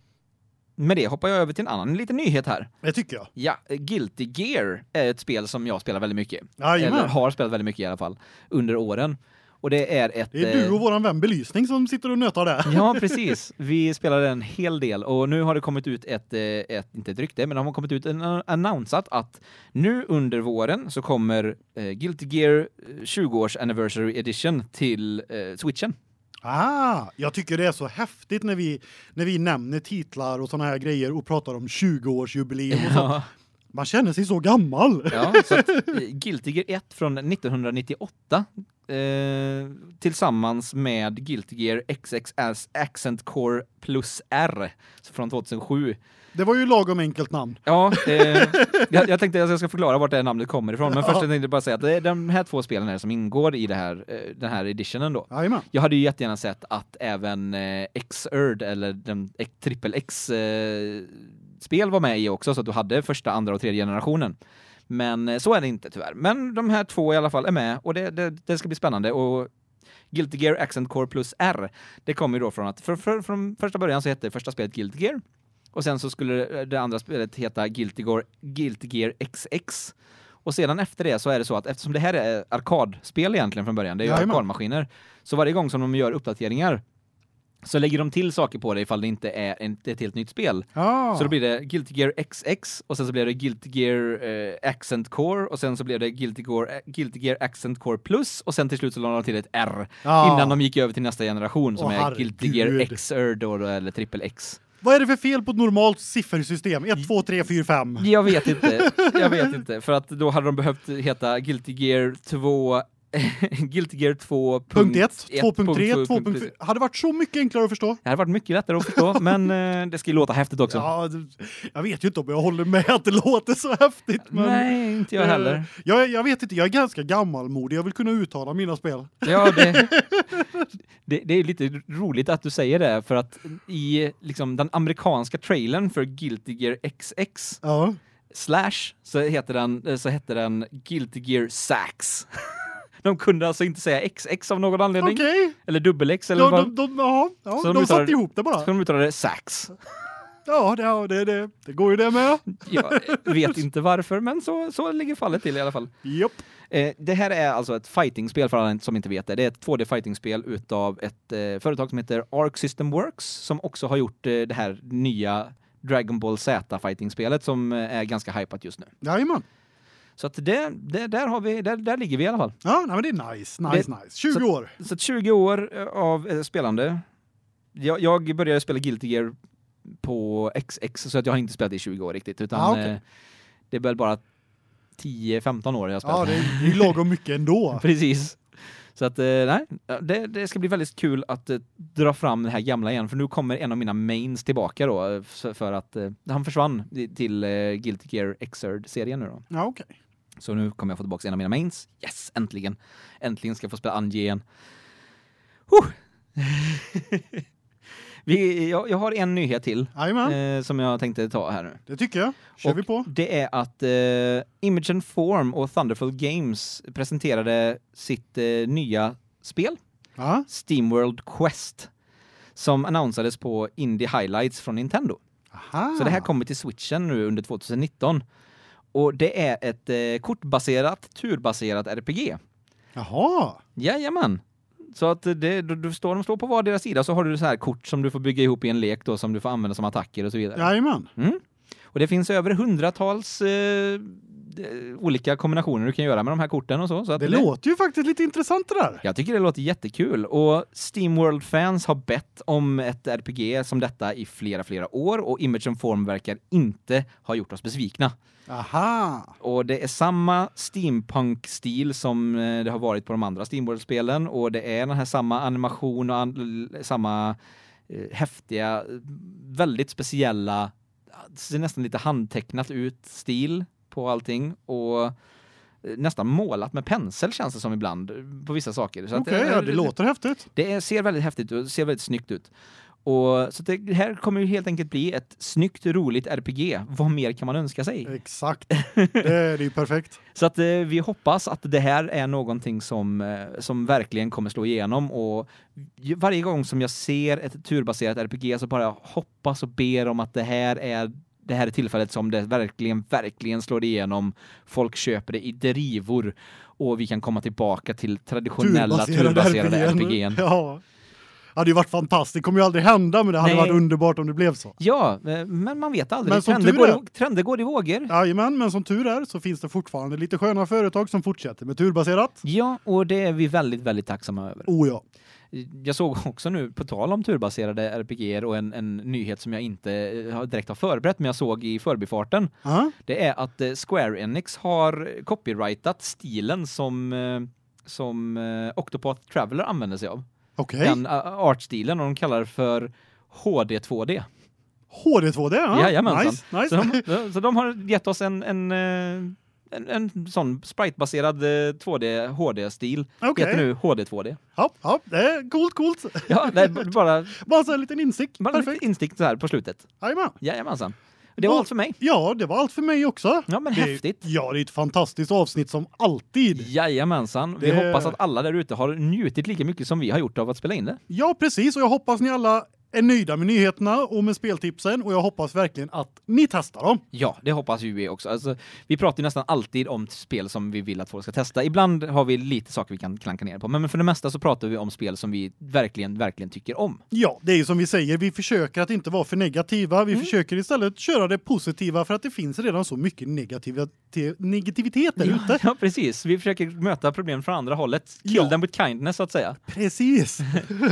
med det hoppar jag över till en annan liten nyhet här. det tycker jag. Ja, Guilty Gear är ett spel som jag spelar väldigt mycket. Eller Jajamän. har spelat väldigt mycket i alla fall under åren. Och det är ett Det är du eh, och våran vän Belysning som sitter och nötar där. Ja, precis. Vi spelade en hel del och nu har det kommit ut ett, eh, ett inte ett rykte, men de har kommit ut en annonsat att nu under våren så kommer eh, Guilty Gear eh, 20-års anniversary edition till eh, Switchen. Ah, jag tycker det är så häftigt när vi när vi nämner titlar och såna här grejer och pratar om 20-årsjubileum och sånt. Ja, Man känner sig så gammal. ja så att, eh, Guilty Gear 1 från 1998 eh, tillsammans med Guilty Gear XXS Accent Core plus R från 2007 Det var ju lagom enkelt namn. Ja, eh, jag, jag tänkte att jag ska förklara vart det här namnet kommer ifrån, men först tänkte jag bara säga att det är de här två spelen här som ingår i det här, eh, den här editionen då. Jajamän. Jag hade ju jättegärna sett att även eh, Xrd eller den triple X eh, spel var med i också så att du hade första, andra och tredje generationen. Men eh, så är det inte tyvärr. Men de här två i alla fall är med och det, det, det ska bli spännande och Guilty Gear Accent Core plus R. Det kommer ju då från att för, för, från första början så hette första spelet Guilty Gear och sen så skulle det andra spelet heta Guilty Gear, Guilty Gear XX. Och sedan efter det så är det så att eftersom det här är arkadspel egentligen från början, det är ju Jajamän. arkadmaskiner, så varje gång som de gör uppdateringar så lägger de till saker på det ifall det inte är en- ett helt nytt spel. Ja. Så då blir det Guilty Gear XX och sen så blir det Guilty Gear eh, Accent Core och sen så blev det Guilty Gear, Guilty Gear Accent Core Plus och sen till slut så lade de till ett R Ja. innan de gick över till nästa generation som Åh, är Guilty Gear herregud. XR då, då eller Triple X. Vad är det för fel på ett normalt siffersystem? 1 2 3 4 5. Jag vet inte. Jag vet inte för att då hade de behövt heta Guilty Gear 2 Guilty Gear 2. Punkt 1, 2.3, 2.3, 2.4. Hade varit så mycket enklare att förstå. Det hade varit mycket lättare att förstå, men eh, det ska ju låta häftigt också. Ja, det- jag vet ju inte om jag håller med att det låter så häftigt men Nej, inte jag heller. Eh, Jag jag vet inte, jag är ganska gammalmodig. Jag vill kunna uttala mina spel. Ja, det, det, det är lite roligt att du säger det, för att i liksom, den amerikanska trailern för Guilty Gear XX Ja. slash så heter den, eh, så heter den Guilty Gear Sax. De kunde alltså inte säga XX av någon anledning, Okej. eller dubbel-X, eller Ja, vad de, de, ja, ja, Så de, de uttalar- satte ihop det bara. så de uttalade det Sax. Ja, det, ja det, det, det går ju det med. Jag vet inte varför, men så, så ligger fallet till i alla fall. Japp. Eh, det här är alltså ett fightingspel för alla som inte vet det. Det är ett 2D fightingspel utav ett eh, företag som heter Arc System Works som också har gjort eh, det här nya Dragon Ball Z fightingspelet som eh, är ganska hypat just nu. Jajamän. Så att det, det där har vi där, där ligger vi i alla fall. Ja, nej, men det är nice, nice, nice. 20 år. Så att 20 år eh, av eh, spelande. Jag, jag började spela Guilty Gear på XX så att jag har inte spelat i 20 år riktigt utan Ah, okej. eh, det är väl bara 10-15 år jag har spelat. Ja, det är det är lagom mycket ändå. Precis. Så att eh, nej, det, det ska bli väldigt kul att eh, dra fram det här gamla igen för nu kommer en av mina mains tillbaka då eh, för för att eh, han försvann i- till eh, Guilty Gear Xrd-serien nu då. Ja, okej. Så nu kommer jag få tillbaka en av mina mains. Yes, äntligen. Äntligen ska jag få spela Angie igen. Huh. Vi, jag, jag har en nyhet till Jajamän, eh, som jag tänkte ta här nu. det tycker jag. Kör Och vi på. Det är att eh, Image and Form och Thunderful Games presenterade sitt eh, nya spel, Ja. Steamworld Quest. som annonsades på Indie Highlights från Nintendo. Aha. Så det här kommer till Switchen nu under 2019. Och det är ett eh, kortbaserat, turbaserat RPG. Jaha. Jajamän. Så att det, du, du står, de står på var deras sida så har du så här kort som du får bygga ihop i en lek då som du får använda som attacker och så vidare. Jajamän. Och det finns över hundratals eh, de- olika kombinationer du kan göra med de här korten och så. så att Det låter ju faktiskt lite intressant det där. Jag tycker det låter jättekul och Steamworld-fans har bett om ett RPG som detta i flera, flera år och Image and Form verkar inte ha gjort oss besvikna. Aha. Och det är samma steampunk-stil som eh, det har varit på de andra Steamworld-spelen och det är den här samma animation och an- l- samma eh, häftiga, eh, väldigt speciella, det ser nästan lite handtecknat ut stil på allting och eh, nästan målat med pensel känns det som ibland eh, på vissa saker. Så att Okej, ja, det låter häftigt. det är, ser väldigt häftigt ut, ser väldigt snyggt ut. Och så det här kommer ju helt enkelt bli ett snyggt, roligt RPG. Vad mer kan man önska sig? Exakt. Det, det är ju perfekt. Så att eh, vi hoppas att det här är någonting som, eh, som verkligen kommer slå igenom och ju- varje gång som jag ser ett turbaserat RPG så bara hoppas och ber om att det här är det här är tillfället som det verkligen, verkligen slår igenom. Folk köper det i drivor och vi kan komma tillbaka till traditionella turbaserade RPG. RPG'n. Ja. Det hade ju varit fantastiskt. Det kommer ju aldrig hända, men det hade Nej. varit underbart om det blev så. Ja, eh, men man vet aldrig. Men som trender, tur går är- i, trender går i vågor. Jajamän, men som tur är så finns det fortfarande lite sköna företag som fortsätter med turbaserat. Ja, och det är vi väldigt, väldigt tacksamma över. Oh ja. Jag såg också nu, på tal om turbaserade RPGer och en, en nyhet som jag inte eh, har- direkt har förberett men jag såg i förbifarten. Aha. Det är att eh, Square Enix har copyrightat stilen som, eh, som eh, Octopath Traveler använder sig av. Okej. Den eh, artstilen och de kallar det för HD2D. HD2D, ja. Jajamensan. Nice, nice. Så de, eh, så de har gett oss en, en, eh, en, en sån spritebaserad eh, 2D HD-stil. Okej. Heter nu HD2D. Ja, ja, det är coolt, coolt. Ja, det är b- bara, Bara så en liten insikt. bara lite Perfekt. instinkt så här på slutet. Jajamän. Jajamensan. Det var Och- allt för mig. Ja, det var allt för mig också. Ja, men det, är- häftigt. Ja, det är ett fantastiskt avsnitt som alltid. Jajamensan. Vi Det- hoppas att alla där ute har njutit lika mycket som vi har gjort av att spela in det. Ja, precis. Och jag hoppas ni alla är nöjda med nyheterna och med speltipsen. Och jag hoppas verkligen att ni testar dem. Ja, det hoppas ju vi också. Alltså, vi pratar ju nästan alltid om spel som vi vill att folk ska testa. Ibland har vi lite saker vi kan klanka ner på, men men för det mesta så pratar vi om spel som vi verkligen, verkligen tycker om. Ja, det är ju som vi säger. Vi försöker att inte vara för negativa. Mm. Vi försöker istället köra det positiva för att det finns redan så mycket negativa, te- negativitet där ute. Ja, precis. Vi försöker möta problem från andra hållet. Kill Ja. them with kindness, så att säga. Precis.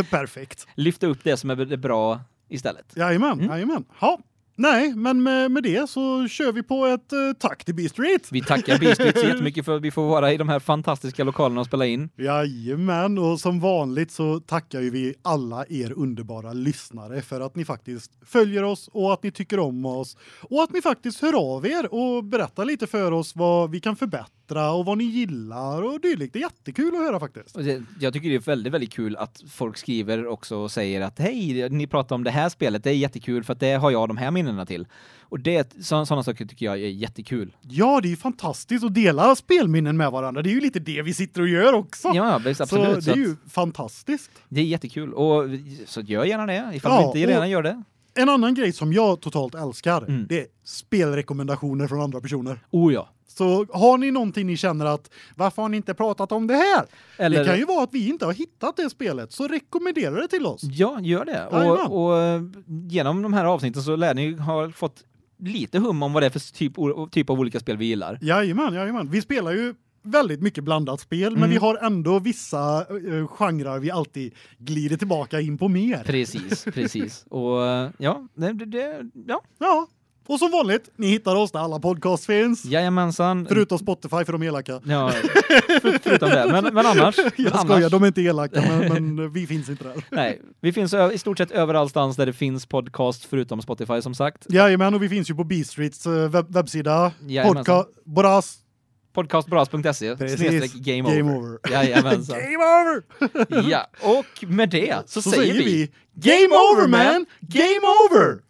Perfekt. Lyfta upp det som är det bra istället. Jajamän, Mm. jajamän. Ja. Nej, men med, med det så kör vi på ett eh, tack till B-Street. Vi tackar Beastrit så jättemycket för att vi får vara i de här fantastiska lokalerna och spela in. Jajamän, och som vanligt så tackar ju vi alla er underbara lyssnare för att ni faktiskt följer oss och att ni tycker om oss och att ni faktiskt hör av er och berättar lite för oss vad vi kan förbättra och vad ni gillar och dylikt. Det är jättekul att höra faktiskt. Och det- Jag tycker det är väldigt, väldigt kul att folk skriver också och säger att hej, ni pratar om det här spelet, det är jättekul för att det har jag de här minnena till. Och det, så, sådana saker tycker jag är jättekul. Ja, det är ju fantastiskt att dela spelminnen med varandra. Det är ju lite det vi sitter och gör också. Ja, visst, absolut. Så det är så ju att, fantastiskt. det är jättekul. Och, så gör gärna det, ifall Ja, du inte redan och- gör det. En annan grej som jag totalt älskar, Mm. det är spelrekommendationer från andra personer. Oh ja. Så har ni någonting ni känner att varför har ni inte pratat om det här? Eller, Det kan ju vara att vi inte har hittat det spelet, så rekommendera det till oss. Ja, gör det. Jajamän. Och, och genom de här avsnitten så lär ni ha fått lite hum om vad det är för typ, typ av olika spel vi gillar. Jajamän, jajamän. Vi spelar ju väldigt mycket blandat spel, men Mm. vi har ändå vissa uh, genrer vi alltid glider tillbaka in på mer. Precis, precis. Och ja, det, det- det, ja. Ja, och som vanligt, ni hittar oss där alla podcasts finns. Jajamensan. Förutom Spotify för de är elaka. Ja, för, förutom det. Men, men annars. men Jag annars skojar, de är inte elaka men, men vi finns inte där. Nej, vi finns ö- i stort sett överallstans där det finns podcast förutom Spotify som sagt. Jajamän, och vi finns ju på B-Streets eh, webb webbsida. Jajamensan. Podcast, Boras, Podcastbras.se Precis. snedstreck game Game over. over. Jajamensan. Game over! Ja, och med det så, säger vi Game over man! Game over!